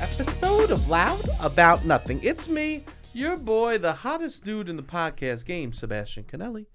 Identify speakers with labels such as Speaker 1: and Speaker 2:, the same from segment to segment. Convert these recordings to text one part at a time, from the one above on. Speaker 1: episode of Loud About Nothing. It's me, your boy, the hottest dude in the podcast game, Sebastian Canelli.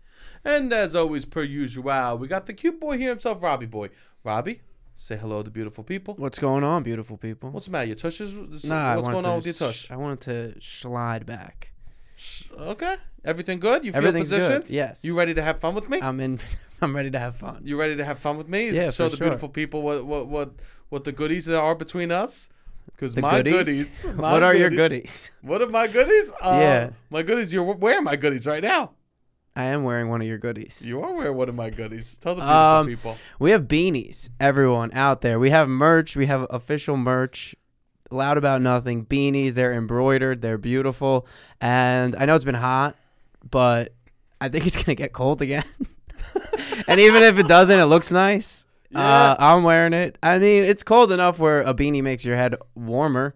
Speaker 1: And as always, per usual, we got the cute boy here himself, Robbie Boy. Robbie, say hello to beautiful people.
Speaker 2: What's going on, beautiful people?
Speaker 1: What's the matter? Your tush is. What's
Speaker 2: Nah, I wanted
Speaker 1: going
Speaker 2: to
Speaker 1: on with your tush?
Speaker 2: sh- I wanted to slide back.
Speaker 1: Sh- Okay. Everything good? You feel
Speaker 2: Everything's
Speaker 1: positioned?
Speaker 2: good. Yes.
Speaker 1: You ready to have fun with me?
Speaker 2: I'm in. I'm ready to have fun.
Speaker 1: you ready to have fun with me?
Speaker 2: Yeah,
Speaker 1: Show
Speaker 2: for
Speaker 1: the
Speaker 2: sure.
Speaker 1: beautiful people what, what, what, what the goodies are between us? Because
Speaker 2: The
Speaker 1: my
Speaker 2: goodies.
Speaker 1: goodies. my
Speaker 2: what are your goodies?
Speaker 1: What are my goodies? Uh,
Speaker 2: Yeah.
Speaker 1: My goodies, you're wearing my goodies right now.
Speaker 2: I am wearing one of your goodies.
Speaker 1: You are wearing one of my goodies. Tell the beautiful
Speaker 2: Um,
Speaker 1: people.
Speaker 2: We have beanies, everyone out there. We have merch. We have official merch. Loud about nothing. Beanies. They're embroidered. They're beautiful. And I know it's been hot, but I think it's gonna get cold again. and even if it doesn't, it looks nice. Uh, I'm wearing it. I mean, it's cold enough where a beanie makes your head warmer,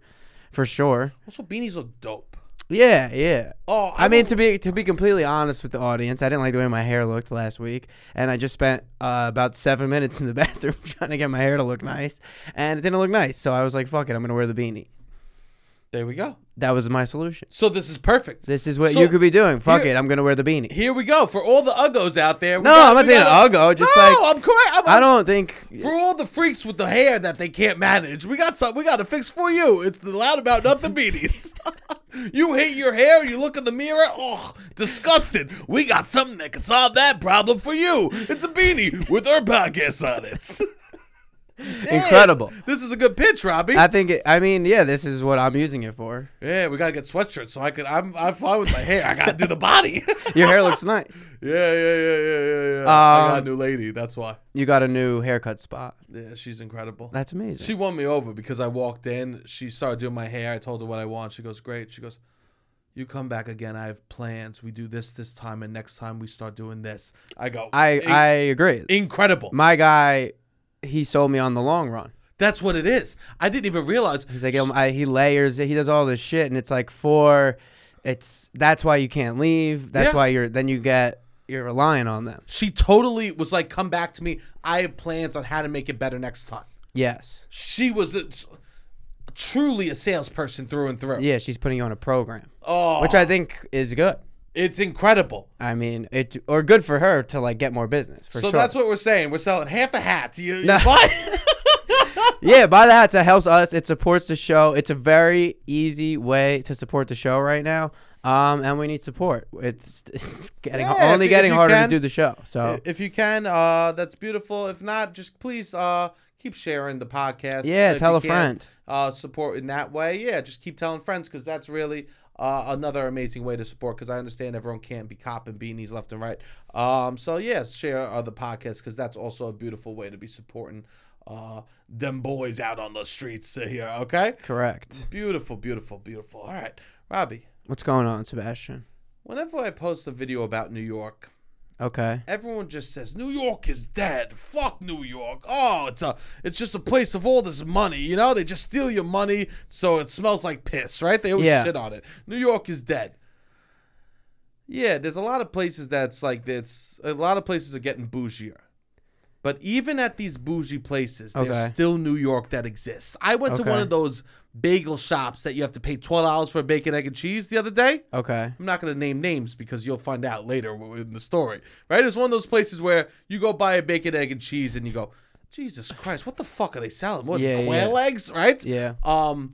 Speaker 2: for sure.
Speaker 1: Also, beanies look dope.
Speaker 2: Yeah, yeah.
Speaker 1: Oh,
Speaker 2: I mean, to be to be completely honest with the audience, I didn't like the way my hair looked last week, and I just spent uh, about seven minutes in the bathroom trying to get my hair to look nice, and it didn't look nice. So I was like, "Fuck it, I'm gonna wear the beanie."
Speaker 1: there we go.
Speaker 2: That was my solution.
Speaker 1: So this is perfect.
Speaker 2: This is what
Speaker 1: So,
Speaker 2: you could be doing. Fuck
Speaker 1: here-
Speaker 2: it, I'm gonna wear the beanie.
Speaker 1: Here we go for all the uggos out there. we
Speaker 2: No,
Speaker 1: got-
Speaker 2: I'm
Speaker 1: we
Speaker 2: not saying
Speaker 1: got a-
Speaker 2: uggo. Just
Speaker 1: no,
Speaker 2: like
Speaker 1: I'm correct. I'm,
Speaker 2: I don't think.
Speaker 1: For all the freaks with the hair that they can't manage, we got something we got to fix for you. It's the loud about nothing beanies. you hate your hair, you look in the mirror, oh, disgusted. We got something that can solve that problem for you. It's a beanie with our podcast on it. Hey,
Speaker 2: Incredible.
Speaker 1: This is a good pitch, Robbie.
Speaker 2: I think. It, I mean, yeah, this is what I'm using it for.
Speaker 1: yeah, we gotta get sweatshirts so I could. I'm I'm fine with my hair. I gotta do the body.
Speaker 2: Your hair looks nice.
Speaker 1: yeah, yeah, yeah, yeah, yeah, yeah. I got a
Speaker 2: Um,
Speaker 1: new lady. That's why.
Speaker 2: You got a new haircut spot.
Speaker 1: Yeah, she's incredible.
Speaker 2: That's amazing.
Speaker 1: She won me over because I walked in. She started doing my hair. I told her what I want. She goes, "Great." She goes, "You come back again. I have plans. We do this this time, and next time we start doing this." I go,
Speaker 2: I
Speaker 1: "In-
Speaker 2: I agree.
Speaker 1: incredible."
Speaker 2: my guy, he sold me on the long run.
Speaker 1: That's what it is. I didn't even realize.
Speaker 2: He's like, um, I, he layers it. He does all this shit, and it's like for, it's that's why you can't leave. That's
Speaker 1: Yeah.
Speaker 2: why you're then you get you're relying on them.
Speaker 1: She totally was like, "Come back to me. I have plans on how to make it better next time."
Speaker 2: Yes.
Speaker 1: She was a, truly a salesperson through and through.
Speaker 2: Yeah, she's putting you on a program,
Speaker 1: Oh,
Speaker 2: which I think is good.
Speaker 1: it's incredible.
Speaker 2: I mean, it or good for her to like get more business for
Speaker 1: So
Speaker 2: sure.
Speaker 1: that's what we're saying. We're selling half a hat. You, you
Speaker 2: No.
Speaker 1: buy.
Speaker 2: yeah, buy the hats. It helps us. It supports the show. It's a very easy way to support the show right now. Um, and we need support. It's, it's getting
Speaker 1: Yeah, if
Speaker 2: only
Speaker 1: you-
Speaker 2: getting
Speaker 1: if you
Speaker 2: harder
Speaker 1: can.
Speaker 2: to do the show. So
Speaker 1: if you can uh that's beautiful if not just please uh keep sharing the podcast
Speaker 2: Yeah,
Speaker 1: if
Speaker 2: tell
Speaker 1: you
Speaker 2: a friend.
Speaker 1: uh support in that way yeah just keep telling friends because that's really uh, another amazing way to support because i understand everyone can't be copping beanies left and right um so yeah share uh, the podcast because that's also a beautiful way to be supporting uh them boys out on the streets here okay
Speaker 2: correct.
Speaker 1: beautiful beautiful beautiful all right robbie
Speaker 2: What's going on, Sebastian?
Speaker 1: whenever i post a video about new york
Speaker 2: Okay.
Speaker 1: everyone just says New York is dead. Fuck New York. Oh, it's a it's just a place of all this money. You know, they just steal your money, so it smells like piss, right? They always
Speaker 2: Yeah.
Speaker 1: shit on it. New York is dead. Yeah, there's a lot of places that's like that's a lot of places are getting bougier. But even at these bougie places, there's
Speaker 2: Okay.
Speaker 1: still New York that exists. I went to one
Speaker 2: Okay.
Speaker 1: of those bagel shops that you have to pay twelve dollars for a bacon, egg, and cheese the other day.
Speaker 2: Okay.
Speaker 1: I'm not going to name names because you'll find out later w- in the story, right? It's one of those places where you go buy a bacon, egg, and cheese, and you go, Jesus Christ, what the fuck are they selling? What
Speaker 2: Yeah,
Speaker 1: quail
Speaker 2: yeah.
Speaker 1: eggs, right?
Speaker 2: Yeah.
Speaker 1: Um,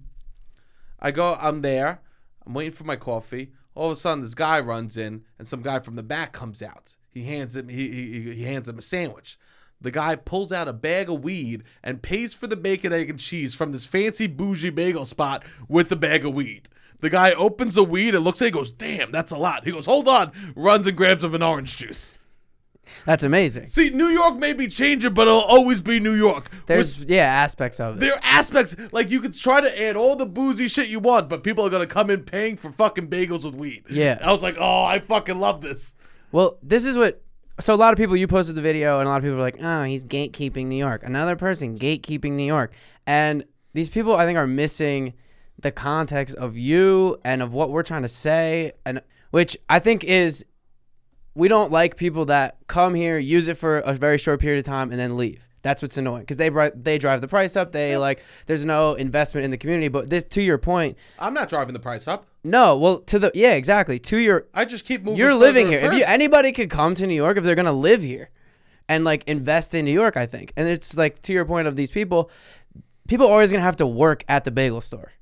Speaker 1: I go, I'm there, I'm waiting for my coffee. All of a sudden, this guy runs in, and some guy from the back comes out. He hands him, he he, he hands him a sandwich. The guy pulls out a bag of weed and pays for the bacon, egg, and cheese from this fancy bougie bagel spot with the bag of weed. The guy opens the weed and looks at it, goes, Damn, that's a lot. He goes, Hold on, runs and grabs him an orange juice.
Speaker 2: That's amazing.
Speaker 1: See, New York may be changing, but it'll always be New York.
Speaker 2: There's yeah aspects of it.
Speaker 1: There are aspects like you could try to add all the boozy shit you want, but people are gonna come in paying for fucking bagels with weed.
Speaker 2: Yeah.
Speaker 1: I was like, oh, I fucking love this.
Speaker 2: Well, this is what. So a lot of people you posted the video, and a lot of people are like, "Oh, he's gatekeeping New York." Another person gatekeeping New York, and these people I think are missing the context of you and of what we're trying to say, and which I think is we don't like people that come here, use it for a very short period of time, and then leave. That's what's annoying because they bri- they drive the price up. They like there's no investment in the community. But this to your point,
Speaker 1: I'm not driving the price up.
Speaker 2: no. Well, to the yeah, exactly. To your
Speaker 1: I just keep moving.
Speaker 2: you're
Speaker 1: further
Speaker 2: living
Speaker 1: and
Speaker 2: here. If you
Speaker 1: further.
Speaker 2: anybody could come to New York if they're gonna live here, and like invest in New York, I think. And it's like to your point of these people, people are always gonna have to work at the bagel store,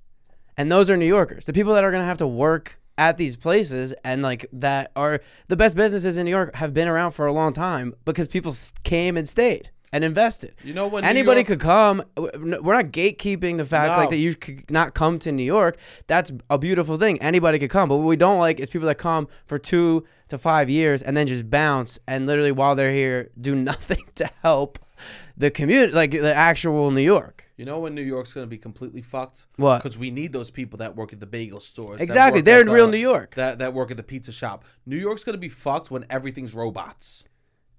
Speaker 2: and those are New Yorkers. The people that are gonna have to work at these places and like that are the best businesses in New York have been around for a long time because people s- came and stayed and invested.
Speaker 1: You know when New
Speaker 2: anybody
Speaker 1: York-
Speaker 2: could come. w- We're not gatekeeping the fact like
Speaker 1: No.
Speaker 2: that you could not come to New York. That's a beautiful thing. Anybody could come. But what we don't like is people that come for two to five years and then just bounce and literally while they're here do nothing to help the community, like the actual New York.
Speaker 1: You know when New York's going to be completely fucked?
Speaker 2: What?
Speaker 1: Because we need those people that work at the bagel stores. that
Speaker 2: Exactly.
Speaker 1: work
Speaker 2: They're
Speaker 1: at
Speaker 2: in real
Speaker 1: the-
Speaker 2: New York.
Speaker 1: That that work at the pizza shop. New York's going to be fucked when everything's robots.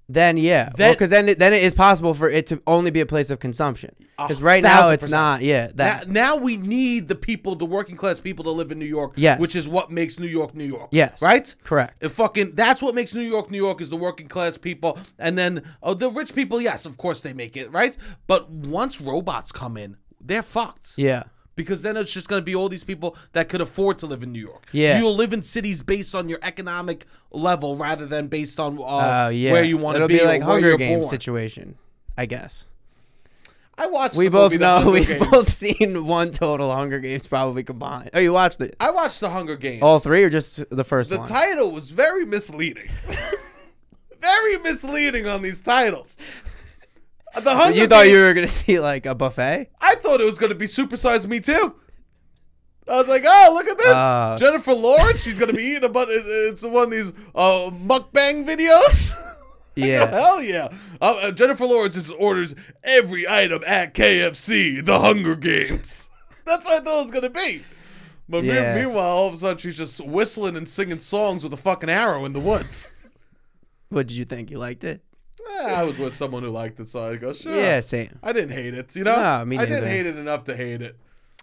Speaker 2: Then yeah,
Speaker 1: Then-
Speaker 2: because then it, then it is possible for it to only be a place of consumption. Because right now
Speaker 1: thousand
Speaker 2: it's
Speaker 1: percent.
Speaker 2: not. Yeah, that
Speaker 1: Now, now we need the people, the working class people, to live in New York.
Speaker 2: Yes.
Speaker 1: Which is what makes New York, New York.
Speaker 2: yes,
Speaker 1: Right.
Speaker 2: correct.
Speaker 1: It fucking that's what makes New York New York is the working class people and then oh the rich people yes of course they make it right but once robots come in they're fucked
Speaker 2: yeah,
Speaker 1: because then it's just going to be all these people that could afford to live in New York
Speaker 2: Yeah.
Speaker 1: you'll live in cities based on your economic level rather than based on uh,
Speaker 2: uh, yeah.
Speaker 1: where you want to
Speaker 2: It'll
Speaker 1: be,
Speaker 2: be like
Speaker 1: or where
Speaker 2: Hunger
Speaker 1: you're
Speaker 2: Games
Speaker 1: born.
Speaker 2: situation, I guess.
Speaker 1: I watched
Speaker 2: We
Speaker 1: the
Speaker 2: both
Speaker 1: movie, The
Speaker 2: know
Speaker 1: Hunger
Speaker 2: we've
Speaker 1: Games.
Speaker 2: both seen one total Hunger Games probably combined. Oh, you watched it?
Speaker 1: I watched the Hunger Games
Speaker 2: All three or just the first
Speaker 1: the
Speaker 2: one?
Speaker 1: title was very misleading very misleading on these titles the Hunger
Speaker 2: you thought
Speaker 1: Games
Speaker 2: you were gonna see like a buffet?
Speaker 1: I thought it was gonna be supersize me too. I was like, oh, look at this,
Speaker 2: Uh,
Speaker 1: Jennifer Lawrence. She's gonna be eating a bunch. It's one of these uh, mukbang videos.
Speaker 2: Yeah.
Speaker 1: hell yeah. Uh, uh, Jennifer Lawrence just orders every item at KFC. The Hunger Games. That's what I thought it was gonna be. But me-
Speaker 2: Yeah.
Speaker 1: meanwhile, all of a sudden, she's just whistling and singing songs with a fucking arrow in the woods.
Speaker 2: What did you think? You liked it?
Speaker 1: Eh, I was with someone who liked it, so I go, sure.
Speaker 2: Yeah, same.
Speaker 1: I didn't hate it, you know.
Speaker 2: No, me
Speaker 1: I didn't
Speaker 2: neither.
Speaker 1: hate it enough to hate it.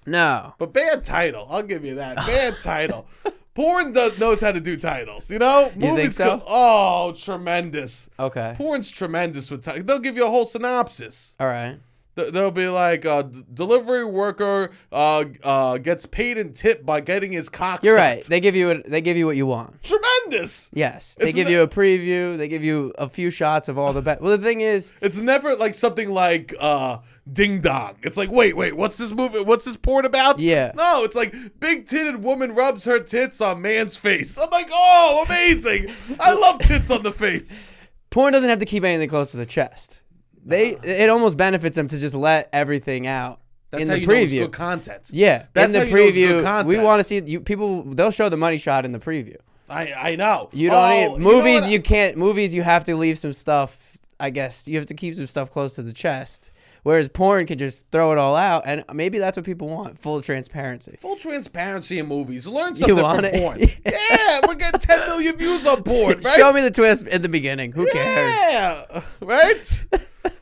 Speaker 2: No.
Speaker 1: But bad title, I'll give you that. Bad title. Porn does knows how to do titles, you know.
Speaker 2: think so?
Speaker 1: go- oh, tremendous.
Speaker 2: Okay.
Speaker 1: Porn's tremendous with titles. They'll give you a whole synopsis.
Speaker 2: All right.
Speaker 1: Th- They'll be like, uh, d- delivery worker uh, uh, gets paid in tip by getting his cock.
Speaker 2: You're right.
Speaker 1: sucked.
Speaker 2: They give you what they give you what you want.
Speaker 1: Tremendous.
Speaker 2: Yes, they
Speaker 1: It's
Speaker 2: give
Speaker 1: the-
Speaker 2: you a preview. They give you a few shots of all the best. Well, the thing is,
Speaker 1: It's never like something like uh, Ding Dong. It's like, wait, wait, what's this movie? What's this porn about?
Speaker 2: Yeah.
Speaker 1: No, it's like big titted woman rubs her tits on man's face. I'm like, oh, amazing. I love tits on the face.
Speaker 2: porn doesn't have to keep anything close to the chest. They
Speaker 1: Uh-huh.
Speaker 2: it almost benefits them to just let everything out in the preview.
Speaker 1: content.
Speaker 2: yeah,
Speaker 1: That's
Speaker 2: in the
Speaker 1: how you know it's
Speaker 2: preview,
Speaker 1: good
Speaker 2: we
Speaker 1: content.
Speaker 2: want to see you, people. They'll show the money shot in the preview.
Speaker 1: I, I know.
Speaker 2: You don't
Speaker 1: Oh,
Speaker 2: need
Speaker 1: you know
Speaker 2: movies.
Speaker 1: what?
Speaker 2: You, can't movies. You have to leave some stuff. I guess you have to keep some stuff close to the chest. Whereas porn can just throw it all out, and maybe that's what people want—full transparency.
Speaker 1: Full transparency in movies. Learn something
Speaker 2: want
Speaker 1: from
Speaker 2: it?
Speaker 1: porn. yeah, we're getting 10 million views on porn, right?
Speaker 2: Show me the twist at the beginning. Who cares?
Speaker 1: Yeah, right?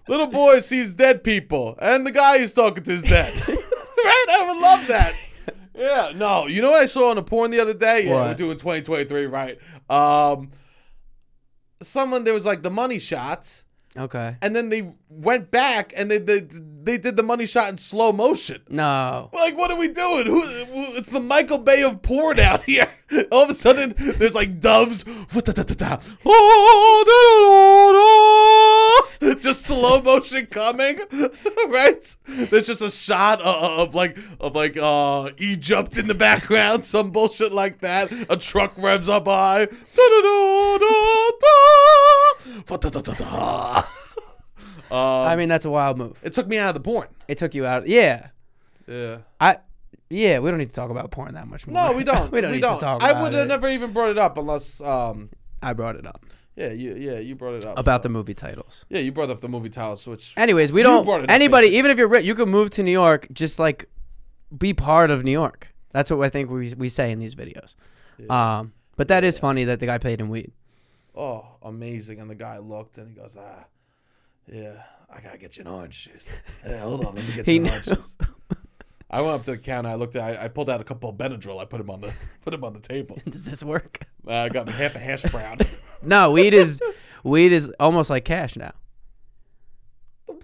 Speaker 1: Little boy sees dead people, and the guy he's talking to is dead. right? I would love that. Yeah, no. You know what I saw on the porn the other day? Yeah, we're
Speaker 2: What?
Speaker 1: doing 2023, right? Um, someone there was like the money shot,
Speaker 2: Okay.
Speaker 1: and then they went back and they they, they did the money shot in slow motion.
Speaker 2: No.
Speaker 1: Like, what are we doing? Who, who- it's the Michael Bay of porn out here. All of a sudden, there's like doves. Oh, Just slow motion coming, right? There's just a shot of, of like of like uh, Egypt in the background, some bullshit like that. A truck revs up by.
Speaker 2: I mean, that's a wild move.
Speaker 1: Um, It took me out of the porn.
Speaker 2: It took you out. Yeah.
Speaker 1: Yeah.
Speaker 2: I. Yeah, we don't need to talk about porn that much more.
Speaker 1: No, we don't.
Speaker 2: we don't need to talk.
Speaker 1: I
Speaker 2: about
Speaker 1: would have
Speaker 2: it.
Speaker 1: never even brought it up unless um
Speaker 2: I brought it up
Speaker 1: yeah, you yeah, you brought it up.
Speaker 2: about the movie titles.
Speaker 1: yeah, you brought up the movie titles, which
Speaker 2: Anyways, we
Speaker 1: brought it
Speaker 2: don't.
Speaker 1: up,
Speaker 2: Anybody, even if you're rich, you could move to New York. Just like be part of New York. That's what I think we we say in these videos. Um, but that is funny that the guy played in weed.
Speaker 1: oh, amazing. And the guy looked and he goes, "Ah, yeah, I got to get you an orange juice." Yeah, hold on, let me get
Speaker 2: He
Speaker 1: you an
Speaker 2: knew.
Speaker 1: orange juice. I went up to the counter. I looked at. I, I pulled out a couple of Benadryl. I put him on the put him on the table.
Speaker 2: Does this work?
Speaker 1: Uh, I got me half a hash brown.
Speaker 2: No, weed is weed is almost like cash now.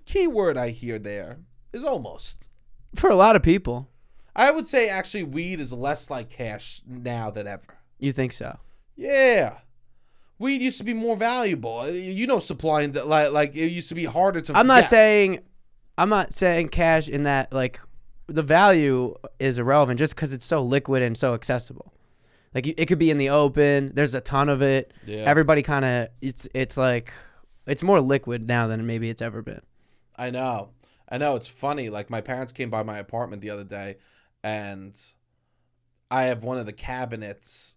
Speaker 1: Key word I hear there is almost.
Speaker 2: For a lot of people,
Speaker 1: I would say actually weed is less like cash now than ever.
Speaker 2: you think so.
Speaker 1: Yeah. Weed used to be more valuable. Uh, You know, supply and de- like like it used to be harder to.
Speaker 2: I'm not
Speaker 1: get.
Speaker 2: saying I'm not saying cash in that like the value is irrelevant just cuz it's so liquid and so accessible. Like you, it could be in the open, there's a ton of it.
Speaker 1: Yeah.
Speaker 2: Everybody kind of it's it's like it's more liquid now than maybe it's ever been.
Speaker 1: I know. I know. It's funny. Like my parents came by my apartment the other day, and I have one of the cabinets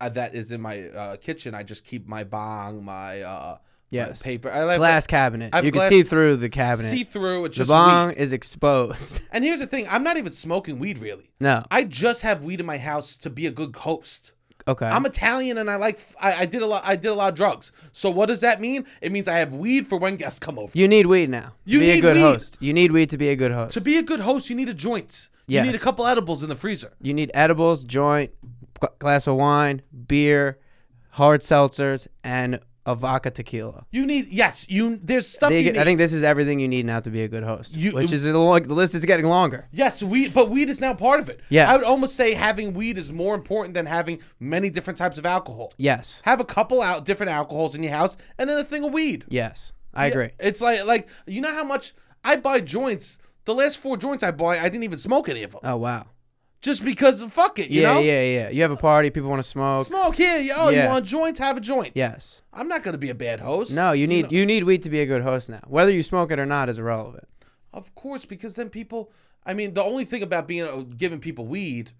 Speaker 1: uh, that is in my uh, kitchen. I just keep my bong, my uh,
Speaker 2: Yes.
Speaker 1: my paper. I like
Speaker 2: glass cabinet.
Speaker 1: I have
Speaker 2: You can
Speaker 1: glass-
Speaker 2: see through the cabinet.
Speaker 1: see through. It's
Speaker 2: the
Speaker 1: just
Speaker 2: bong
Speaker 1: weed.
Speaker 2: is exposed.
Speaker 1: And here's the thing: I'm not even smoking weed really.
Speaker 2: no.
Speaker 1: I just have weed in my house to be a good host.
Speaker 2: Okay.
Speaker 1: I'm Italian and I like I, I did a lot I did a lot of drugs. So what does that mean? It means I have weed for when guests come over.
Speaker 2: you need weed now.
Speaker 1: You
Speaker 2: to be
Speaker 1: need
Speaker 2: a good
Speaker 1: weed.
Speaker 2: host. You need weed to be a good host.
Speaker 1: To be a good host, you need a joint.
Speaker 2: Yes.
Speaker 1: You need a couple edibles in the freezer.
Speaker 2: You need edibles, joint, gl- glass of wine, beer, hard seltzers, and a vodka tequila.
Speaker 1: You need yes, you there's stuff
Speaker 2: They-
Speaker 1: you need.
Speaker 2: I think this is everything you need now to be a good host,
Speaker 1: You-
Speaker 2: which is a long, the list is getting longer.
Speaker 1: yes, weed but weed is now part of it.
Speaker 2: Yes.
Speaker 1: I would almost say having weed is more important than having many different types of alcohol.
Speaker 2: Yes,
Speaker 1: Have a couple out different alcohols in your house and then a thing of weed.
Speaker 2: yes, I agree.
Speaker 1: It's like like you know how much I buy joints. The last four joints I buy, I didn't even smoke any of them.
Speaker 2: Oh wow,
Speaker 1: Just because fuck it, you
Speaker 2: yeah,
Speaker 1: know?
Speaker 2: yeah, yeah. You have a party, people want to smoke.
Speaker 1: Smoke here. yo, Oh, you
Speaker 2: Yeah.
Speaker 1: want joints? Have a joint.
Speaker 2: Yes,
Speaker 1: I'm not gonna be a bad host.
Speaker 2: no, you need
Speaker 1: know.
Speaker 2: you need weed to be a good host now. Whether you smoke it or not is irrelevant.
Speaker 1: Of course, because then people. I mean, the only thing about being uh, giving people weed,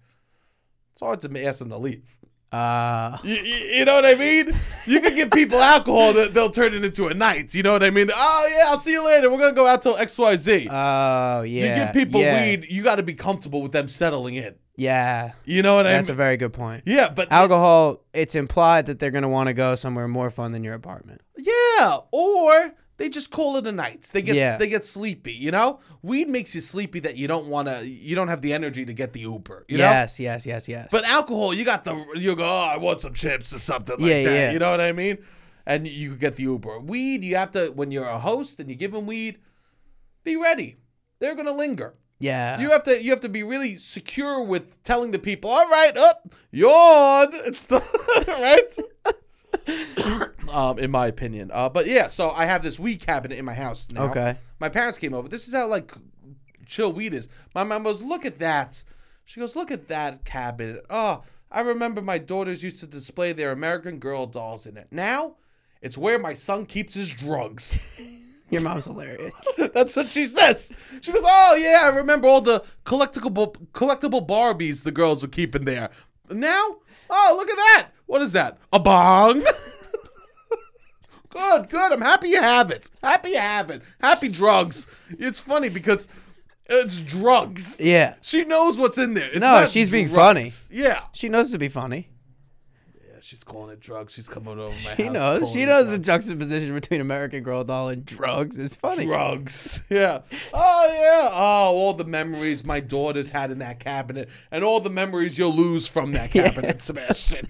Speaker 1: it's hard to ask them to leave.
Speaker 2: Uh,
Speaker 1: You, you, you know what I mean? You can give people alcohol, they'll, they'll turn it into a night. You know what I mean? Oh yeah, I'll see you later. We're gonna go out till X Y Z.
Speaker 2: oh yeah,
Speaker 1: You give people
Speaker 2: yeah,
Speaker 1: weed, you got to be comfortable with them settling in.
Speaker 2: Yeah,
Speaker 1: You know what
Speaker 2: that's
Speaker 1: I
Speaker 2: a
Speaker 1: mean?
Speaker 2: very good point.
Speaker 1: yeah, but
Speaker 2: Alcohol, it's implied that they're gonna want to go somewhere more fun than your apartment.
Speaker 1: Yeah, or they just call it a night. They get
Speaker 2: Yeah.
Speaker 1: they get sleepy, you know? Weed makes you sleepy that you don't want to you don't have the energy to get the Uber, you know?
Speaker 2: yes, yes, yes, yes.
Speaker 1: But alcohol, you got the you go, "Oh, I want some chips or something like
Speaker 2: Yeah,
Speaker 1: that."
Speaker 2: yeah.
Speaker 1: You know what I mean? And you could get the Uber. Weed, you have to when you're a host and you give them weed, be ready. They're going to linger.
Speaker 2: yeah,
Speaker 1: You have to you have to be really secure with telling the people, all right, up, yawn. It's the right. um, in my opinion. Uh, but yeah, so I have this weed cabinet in my house now.
Speaker 2: Okay.
Speaker 1: My parents came over. This is how like chill weed is. My mom goes, look at that. She goes, look at that cabinet. Oh, I remember my daughters used to display their American Girl dolls in it. Now, it's where my son keeps his drugs.
Speaker 2: your mom's hilarious.
Speaker 1: That's what she says. She goes, "Oh yeah, I remember all the collectible collectible Barbies the girls were keeping there. Now, oh look at that. What is that? A bong." good, good. I'm happy you have it. Happy you have it. Happy drugs. It's funny because it's drugs.
Speaker 2: yeah,
Speaker 1: She knows what's in there. It's
Speaker 2: No,
Speaker 1: not
Speaker 2: she's being
Speaker 1: drugs.
Speaker 2: funny.
Speaker 1: Yeah.
Speaker 2: she knows to be funny.
Speaker 1: Yeah, she's calling it drugs. She's coming over my house.
Speaker 2: She knows.
Speaker 1: calling
Speaker 2: She
Speaker 1: it
Speaker 2: knows
Speaker 1: drugs.
Speaker 2: the juxtaposition between American Girl doll and drugs is funny.
Speaker 1: drugs. Yeah. Oh yeah. Oh, all the memories my daughters had in that cabinet, and all the memories you'll lose from that cabinet, Sebastian.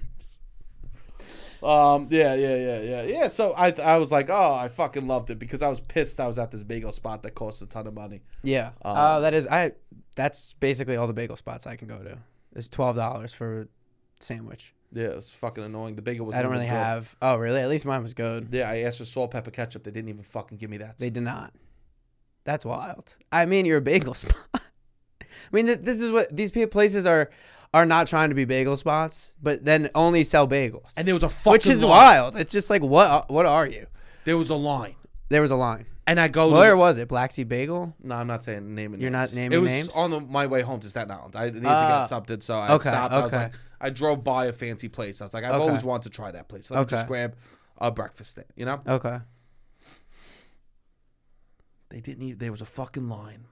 Speaker 1: Um. Yeah. Yeah. Yeah. Yeah. Yeah. So I, I was like, oh, I fucking loved it because I was pissed I was at this bagel spot that cost a ton of money.
Speaker 2: Yeah.
Speaker 1: Uh,
Speaker 2: Oh, that is. I. That's basically all the bagel spots I can go to. It's twelve dollars for a sandwich.
Speaker 1: Yeah, it was fucking annoying. The bagel was.
Speaker 2: I don't really have. Oh, really? At least mine was good.
Speaker 1: Yeah, I asked for salt, pepper, ketchup. They didn't even fucking give me that.
Speaker 2: They did not. That's wild. I mean, you're a bagel spot. I mean, th- this is what these pe- places are are not trying to be bagel spots, but then only sell bagels.
Speaker 1: and there was a fucking
Speaker 2: which is
Speaker 1: line.
Speaker 2: wild. It's just like what what are you?
Speaker 1: There was a line,
Speaker 2: There was a line.
Speaker 1: and I go. to
Speaker 2: Where was it? Black Sea Bagel.
Speaker 1: No, I'm not saying naming.
Speaker 2: You're
Speaker 1: names.
Speaker 2: not naming
Speaker 1: It was
Speaker 2: names?
Speaker 1: on the, my way home to Staten Island. I needed to
Speaker 2: Ah.
Speaker 1: get something, so I
Speaker 2: Okay,
Speaker 1: stopped. I was
Speaker 2: okay.
Speaker 1: like, I drove by a fancy place. I was like, I've
Speaker 2: Okay.
Speaker 1: always wanted to try that place. Let me just
Speaker 2: Okay.
Speaker 1: grab a breakfast thing. You know,
Speaker 2: Okay.
Speaker 1: they didn't. Even, there was a fucking line,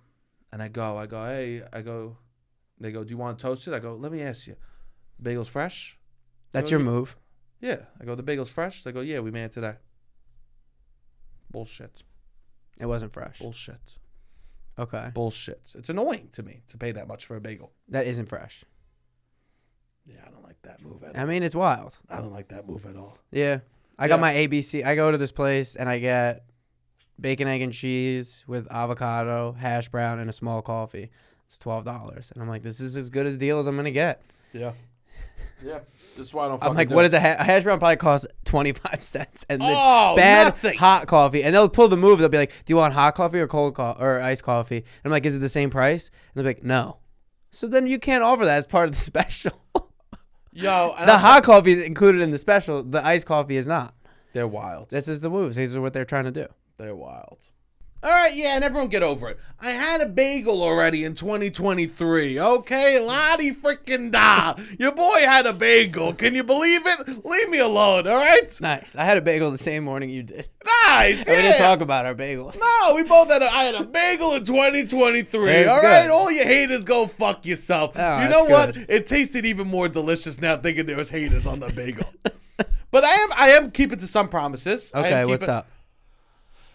Speaker 1: and I go, I go, hey, I go. They go, do you want it toasted? I go, let me ask you, bagels fresh?
Speaker 2: That's
Speaker 1: Go
Speaker 2: your
Speaker 1: to-
Speaker 2: move.
Speaker 1: Yeah. I go, the bagels fresh? They go, yeah, we made it today. Bullshit.
Speaker 2: It wasn't fresh.
Speaker 1: Bullshit.
Speaker 2: Okay.
Speaker 1: Bullshit. It's annoying to me to pay that much for a bagel.
Speaker 2: That isn't fresh.
Speaker 1: Yeah, I don't like that move at all.
Speaker 2: I mean, it's wild.
Speaker 1: I don't like that move at all.
Speaker 2: Yeah. I got
Speaker 1: Yeah.
Speaker 2: my ABC. I go to this place and I get bacon, egg, and cheese with avocado, hash brown, and a small coffee. It's twelve dollars, and I'm like, this is as good a deal as I'm gonna get.
Speaker 1: Yeah. Yeah. That's why I don't.
Speaker 2: I'm
Speaker 1: fucking
Speaker 2: like,
Speaker 1: do
Speaker 2: what
Speaker 1: it.
Speaker 2: is a, ha- a hash brown? Probably costs twenty five cents, and
Speaker 1: Oh,
Speaker 2: it's bad
Speaker 1: nothing.
Speaker 2: hot coffee. And they'll pull the move. They'll be like, do you want hot coffee or cold coffee or iced coffee? And I'm like, is it the same price? And they're like, no. So then you can't offer that as part of the special.
Speaker 1: Yo, and
Speaker 2: the
Speaker 1: I'm-
Speaker 2: hot coffee is included in the special. The iced coffee is not.
Speaker 1: they're wild.
Speaker 2: This is the moves. These are what they're trying to do.
Speaker 1: They're wild. All right, yeah, and everyone get over it. I had a bagel already in 2023. Okay, Lottie freaking da. Your boy had a bagel. Can you believe it? Leave me alone, all right?
Speaker 2: Nice. I had a bagel the same morning you did.
Speaker 1: Nice.
Speaker 2: We
Speaker 1: Yeah.
Speaker 2: didn't talk about our bagels.
Speaker 1: no, we both had a, I had a bagel in 2023.
Speaker 2: It's
Speaker 1: All
Speaker 2: good.
Speaker 1: right, all you haters go fuck yourself.
Speaker 2: Oh,
Speaker 1: you know
Speaker 2: that's
Speaker 1: what?
Speaker 2: good.
Speaker 1: It tasted even more delicious now thinking there was haters on the bagel. but I am I am keeping to some promises. I am
Speaker 2: Okay, what's
Speaker 1: keeping-
Speaker 2: up?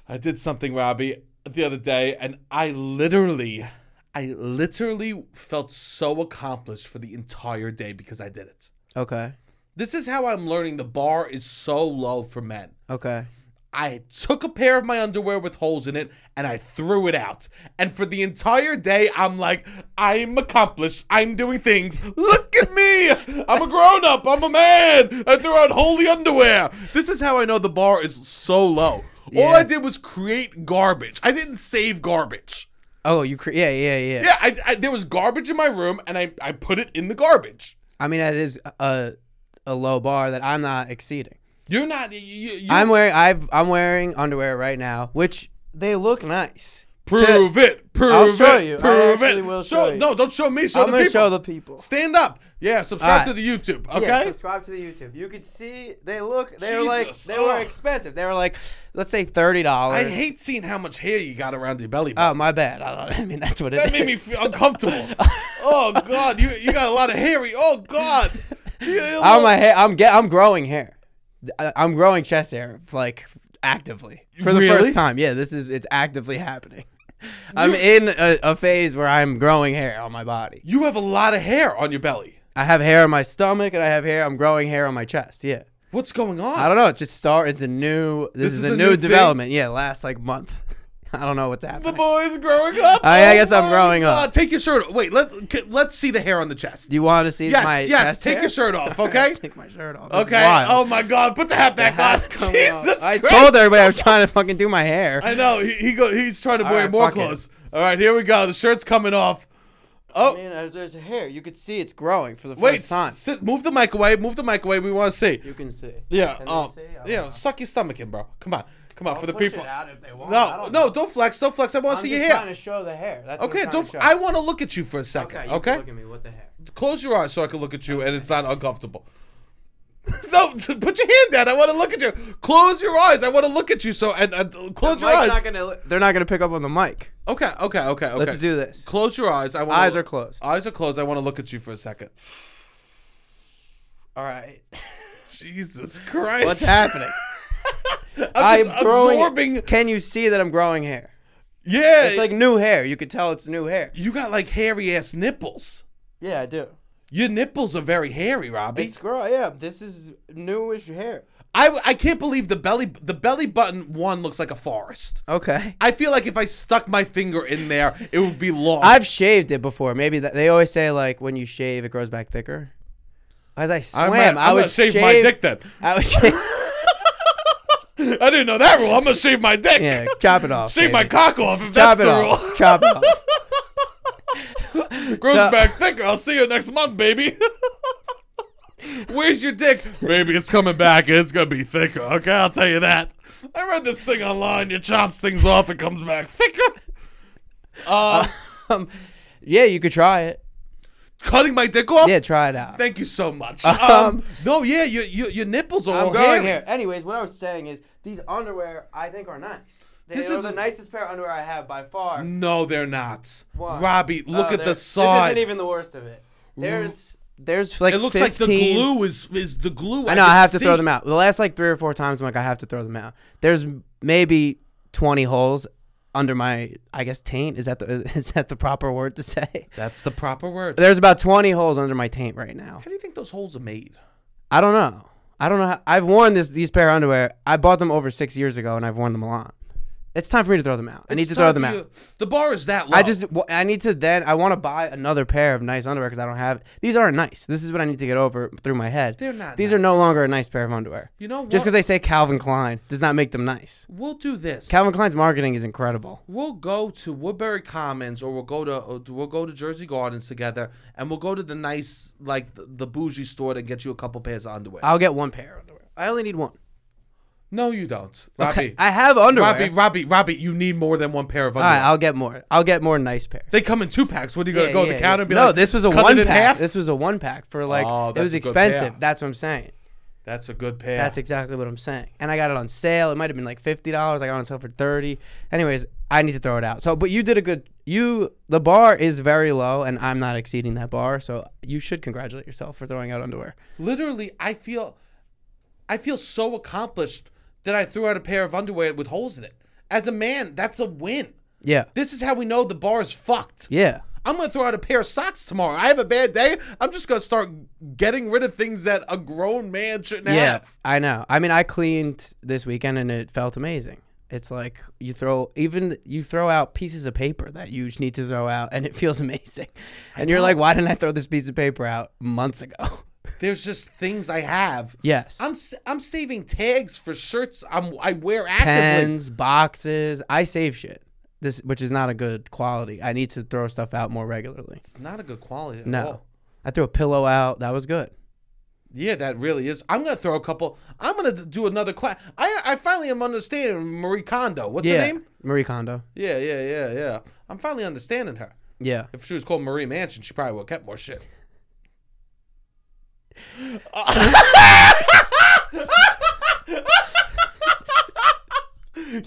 Speaker 1: I did something, Robbie, the other day, and I literally, I literally felt so accomplished for the entire day because I did it.
Speaker 2: Okay.
Speaker 1: This is how I'm learning the bar is so low for men.
Speaker 2: Okay.
Speaker 1: I took a pair of my underwear with holes in it and I threw it out. And for the entire day, I'm like, I'm accomplished. I'm doing things. Look at me. I'm a grown up. I'm a man. I threw out holy underwear. This is how I know the bar is so low. All I
Speaker 2: Yeah.
Speaker 1: did was create garbage. I didn't save garbage.
Speaker 2: Oh, you cre- yeah, yeah, yeah,
Speaker 1: Yeah, I, I- there was garbage in my room and I, I put it in the garbage.
Speaker 2: I mean, that is a a low bar that I'm not exceeding.
Speaker 1: You're not. You, you, you-
Speaker 2: I'm wearing I've I'm wearing underwear right now, which they look nice.
Speaker 1: prove it. Prove
Speaker 2: I'll show
Speaker 1: it.
Speaker 2: you. I
Speaker 1: Prove
Speaker 2: actually
Speaker 1: it.
Speaker 2: will
Speaker 1: Show-
Speaker 2: show you.
Speaker 1: No, don't show me. Show
Speaker 2: I'm
Speaker 1: the
Speaker 2: gonna
Speaker 1: people.
Speaker 2: show the people.
Speaker 1: Stand up. Yeah, subscribe
Speaker 2: Alright.
Speaker 1: to the YouTube. Okay.
Speaker 2: Yeah, subscribe to the YouTube. You could see they look. They were like
Speaker 1: Jesus,
Speaker 2: they were
Speaker 1: ugh.
Speaker 2: expensive. They were like, let's say thirty
Speaker 1: I
Speaker 2: dollars.
Speaker 1: hate seeing how much hair you got around your belly button.
Speaker 2: Oh my bad. I don't. I mean that's what it is.
Speaker 1: that made me feel uncomfortable. oh God, you you got a lot of hairy. Oh God. You got a
Speaker 2: I'm
Speaker 1: little-
Speaker 2: my hair. I'm get. I'm growing hair. I- I'm growing chest hair like actively for the
Speaker 1: Really?
Speaker 2: first time. Yeah, this is it's actively happening. I'm in a, a phase where I'm growing hair on my body.
Speaker 1: You have a lot of hair on your belly.
Speaker 2: I have hair on my stomach and I have hair. I'm growing hair on my chest. Yeah.
Speaker 1: What's going on?
Speaker 2: I don't know. It just start. It's a new. This, is, a, new,
Speaker 1: thing?
Speaker 2: development. Yeah, last like month. I don't know what's
Speaker 1: the
Speaker 2: happening.
Speaker 1: boy's growing up.
Speaker 2: I- I guess I'm
Speaker 1: my
Speaker 2: growing up.
Speaker 1: God. Take your shirt. off. Wait, let c- let's see the hair on the chest.
Speaker 2: Do you want to see
Speaker 1: yes,
Speaker 2: my
Speaker 1: yes.
Speaker 2: chest
Speaker 1: Take
Speaker 2: hair?
Speaker 1: your shirt off. Okay.
Speaker 2: Take my shirt off. This is
Speaker 1: okay.
Speaker 2: wild.
Speaker 1: Oh my God. Put the hat back
Speaker 2: Hat's
Speaker 1: on.
Speaker 2: coming off.
Speaker 1: Jesus
Speaker 2: I
Speaker 1: Christ.
Speaker 2: told everybody I was trying to fucking do my hair.
Speaker 1: I know. He, he go. He's trying to
Speaker 2: All
Speaker 1: wear
Speaker 2: right,
Speaker 1: more
Speaker 2: fuck it.
Speaker 1: clothes. All right, here we go. The shirt's coming off. Oh,
Speaker 2: Man, there's, there's hair. You could see it's growing for the
Speaker 1: wait.
Speaker 2: first time.
Speaker 1: Sit, move the mic away. Move the mic away. We want to see.
Speaker 2: You can see.
Speaker 1: yeah.
Speaker 2: Can they
Speaker 1: Um,
Speaker 2: see? I don't
Speaker 1: yeah.
Speaker 2: know.
Speaker 1: Suck your stomach in, bro. Come on. Come on for the
Speaker 2: Push it
Speaker 1: people.
Speaker 2: out if they want. I
Speaker 1: No,
Speaker 2: don't know.
Speaker 1: no, don't flex. Don't flex. I want to
Speaker 2: I'm
Speaker 1: see your
Speaker 2: just
Speaker 1: hair.
Speaker 2: trying to show the hair. That's what
Speaker 1: Okay,
Speaker 2: I'm trying
Speaker 1: don't.
Speaker 2: to show.
Speaker 1: I want to look at you for a second.
Speaker 2: you
Speaker 1: Okay,
Speaker 2: Look at me with the hair.
Speaker 1: close your eyes so I can look at you, and it's not uncomfortable. no, t- put your hand down. I want to look at you. Close your eyes. I want to look at you. So and, and close your eyes.
Speaker 2: gonna. They're not gonna pick up on the mic.
Speaker 1: Okay, okay, okay, okay.
Speaker 2: Let's do this.
Speaker 1: Close your eyes. I want
Speaker 2: Eyes are closed.
Speaker 1: Eyes are closed. I want to look at you for a second. Uh,
Speaker 2: All right.
Speaker 1: Jesus Christ!
Speaker 2: What's happening?
Speaker 1: I'm, just
Speaker 2: growing-
Speaker 1: absorbing.
Speaker 2: Can you see that I'm growing hair?
Speaker 1: Yeah,
Speaker 2: It's like new hair. You could tell it's new hair.
Speaker 1: you got like hairy ass nipples.
Speaker 2: Yeah, I do.
Speaker 1: Your nipples are very hairy, Robbie.
Speaker 2: It's grow. Yeah, this is newish hair.
Speaker 1: I I can't believe the belly the belly button one looks like a forest.
Speaker 2: Okay.
Speaker 1: I feel like if I stuck my finger in there, it would be lost.
Speaker 2: I've shaved it before. Maybe that, they always say like when you shave, it grows back thicker. As I
Speaker 1: I
Speaker 2: swam,
Speaker 1: might-
Speaker 2: I,
Speaker 1: I'm gonna
Speaker 2: would
Speaker 1: shave
Speaker 2: shave
Speaker 1: my dick then.
Speaker 2: I would shave,
Speaker 1: I didn't know that rule. I'm gonna shave my dick.
Speaker 2: yeah, chop it off.
Speaker 1: shave my
Speaker 2: baby.
Speaker 1: cock off if
Speaker 2: Chop
Speaker 1: that's
Speaker 2: it
Speaker 1: the
Speaker 2: off.
Speaker 1: rule.
Speaker 2: Chop it off.
Speaker 1: Grows
Speaker 2: So-
Speaker 1: back thicker. I'll see you next month, baby. Where's your dick? Baby, it's coming back and it's gonna be thicker. Okay, I'll tell you that. I read this thing online. You chops things off, it comes back thicker. Uh,
Speaker 2: Um, yeah, you could try it.
Speaker 1: cutting my dick off.
Speaker 2: Yeah, try it out.
Speaker 1: Thank you so much. Um,
Speaker 2: Um,
Speaker 1: no, yeah, your your, your nipples are all
Speaker 2: I'm going
Speaker 1: hairy.
Speaker 2: here. Anyways, what I was saying is these underwear I think are nice. They
Speaker 1: This
Speaker 2: are
Speaker 1: is-
Speaker 2: the nicest pair of underwear I have by far.
Speaker 1: No, they're not.
Speaker 2: Why?
Speaker 1: Robbie, look at
Speaker 2: Oh, there-
Speaker 1: the
Speaker 2: This
Speaker 1: side.
Speaker 2: isn't even the worst of it. There's there's like
Speaker 1: it looks like the
Speaker 2: 15
Speaker 1: glue is is the glue.
Speaker 2: I know I
Speaker 1: can
Speaker 2: have to
Speaker 1: see.
Speaker 2: throw them out. The last like three or four times, I'm like, I have to throw them out. There's m- maybe 20 holes under my, I guess taint is that the is that the proper word to say?
Speaker 1: That's the proper word.
Speaker 2: There's about 20 holes under my taint right now.
Speaker 1: How do you think those holes are made?
Speaker 2: I don't know. I don't know. How, I've worn this these pair of underwear. I bought them over six years ago, and I've worn them a lot. It's time for me to throw them out. I need
Speaker 1: It's
Speaker 2: to throw
Speaker 1: time
Speaker 2: them
Speaker 1: for
Speaker 2: out.
Speaker 1: you- The bar is that low.
Speaker 2: I just wh- I need to then I want to buy another pair of nice underwear because I don't have these aren't nice. This is what I need to get over through my head.
Speaker 1: They're not
Speaker 2: These are no longer a nice pair of underwear.
Speaker 1: You know what?
Speaker 2: Just because they say Calvin Klein does not make them nice.
Speaker 1: we'll do this.
Speaker 2: Calvin Klein's marketing is incredible.
Speaker 1: we'll go to Woodbury Commons or we'll go to or we'll go to Jersey Gardens together and we'll go to the nice like the, the bougie store to get you a couple pairs of underwear.
Speaker 2: I'll get one pair of underwear. I only need one.
Speaker 1: no, you don't.
Speaker 2: Okay,
Speaker 1: Robbie.
Speaker 2: I have underwear.
Speaker 1: Robbie, Robbie, Robbie, you need more than one pair of
Speaker 2: All
Speaker 1: underwear.
Speaker 2: right, I'll get more. I'll get more nice pairs.
Speaker 1: they come in two packs. What are you gonna
Speaker 2: Yeah,
Speaker 1: go
Speaker 2: yeah,
Speaker 1: to the
Speaker 2: yeah.
Speaker 1: counter and be
Speaker 2: no,
Speaker 1: like?
Speaker 2: this was a
Speaker 1: "Cut it
Speaker 2: one
Speaker 1: in
Speaker 2: pack.
Speaker 1: half?"
Speaker 2: This was a one pack for like
Speaker 1: Oh,
Speaker 2: it
Speaker 1: that's
Speaker 2: was
Speaker 1: a good
Speaker 2: expensive.
Speaker 1: pair.
Speaker 2: That's what I'm saying.
Speaker 1: That's a good pair.
Speaker 2: That's exactly what I'm saying. And I got it on sale. It might have been like fifty dollars. I got it on sale for thirty. Anyways, I need to throw it out. So, but you did a good. You the bar is very low, and I'm not exceeding that bar. So you should congratulate yourself for throwing out underwear.
Speaker 1: Literally, I feel, I feel so accomplished that I threw out a pair of underwear with holes in it. As a man, that's a win.
Speaker 2: Yeah,
Speaker 1: This is how we know the bar is fucked.
Speaker 2: yeah.
Speaker 1: I'm gonna throw out a pair of socks tomorrow. I have a bad day. I'm just gonna start getting rid of things that a grown man shouldn't
Speaker 2: Yeah,
Speaker 1: have.
Speaker 2: I know. I mean, I cleaned this weekend and it felt amazing. It's like you throw even you throw out pieces of paper that you need to throw out and it feels amazing. And you're like, why didn't I throw this piece of paper out months ago?
Speaker 1: There's just things I have.
Speaker 2: yes.
Speaker 1: I'm s- I'm saving tags for shirts I'm I wear actively.
Speaker 2: Pens, boxes. I save shit. This which is not a good quality. I need to throw stuff out more regularly.
Speaker 1: It's not a good quality at
Speaker 2: No.
Speaker 1: all.
Speaker 2: I threw a pillow out. That was good.
Speaker 1: Yeah, that really is. I'm gonna throw a couple. I'm gonna d- do another class. I I finally am understanding Marie Kondo. What's
Speaker 2: yeah.
Speaker 1: her name?
Speaker 2: Marie Kondo.
Speaker 1: Yeah, yeah, yeah, yeah. I'm finally understanding her.
Speaker 2: Yeah.
Speaker 1: If she was called Marie Mansion, she probably would have kept more shit.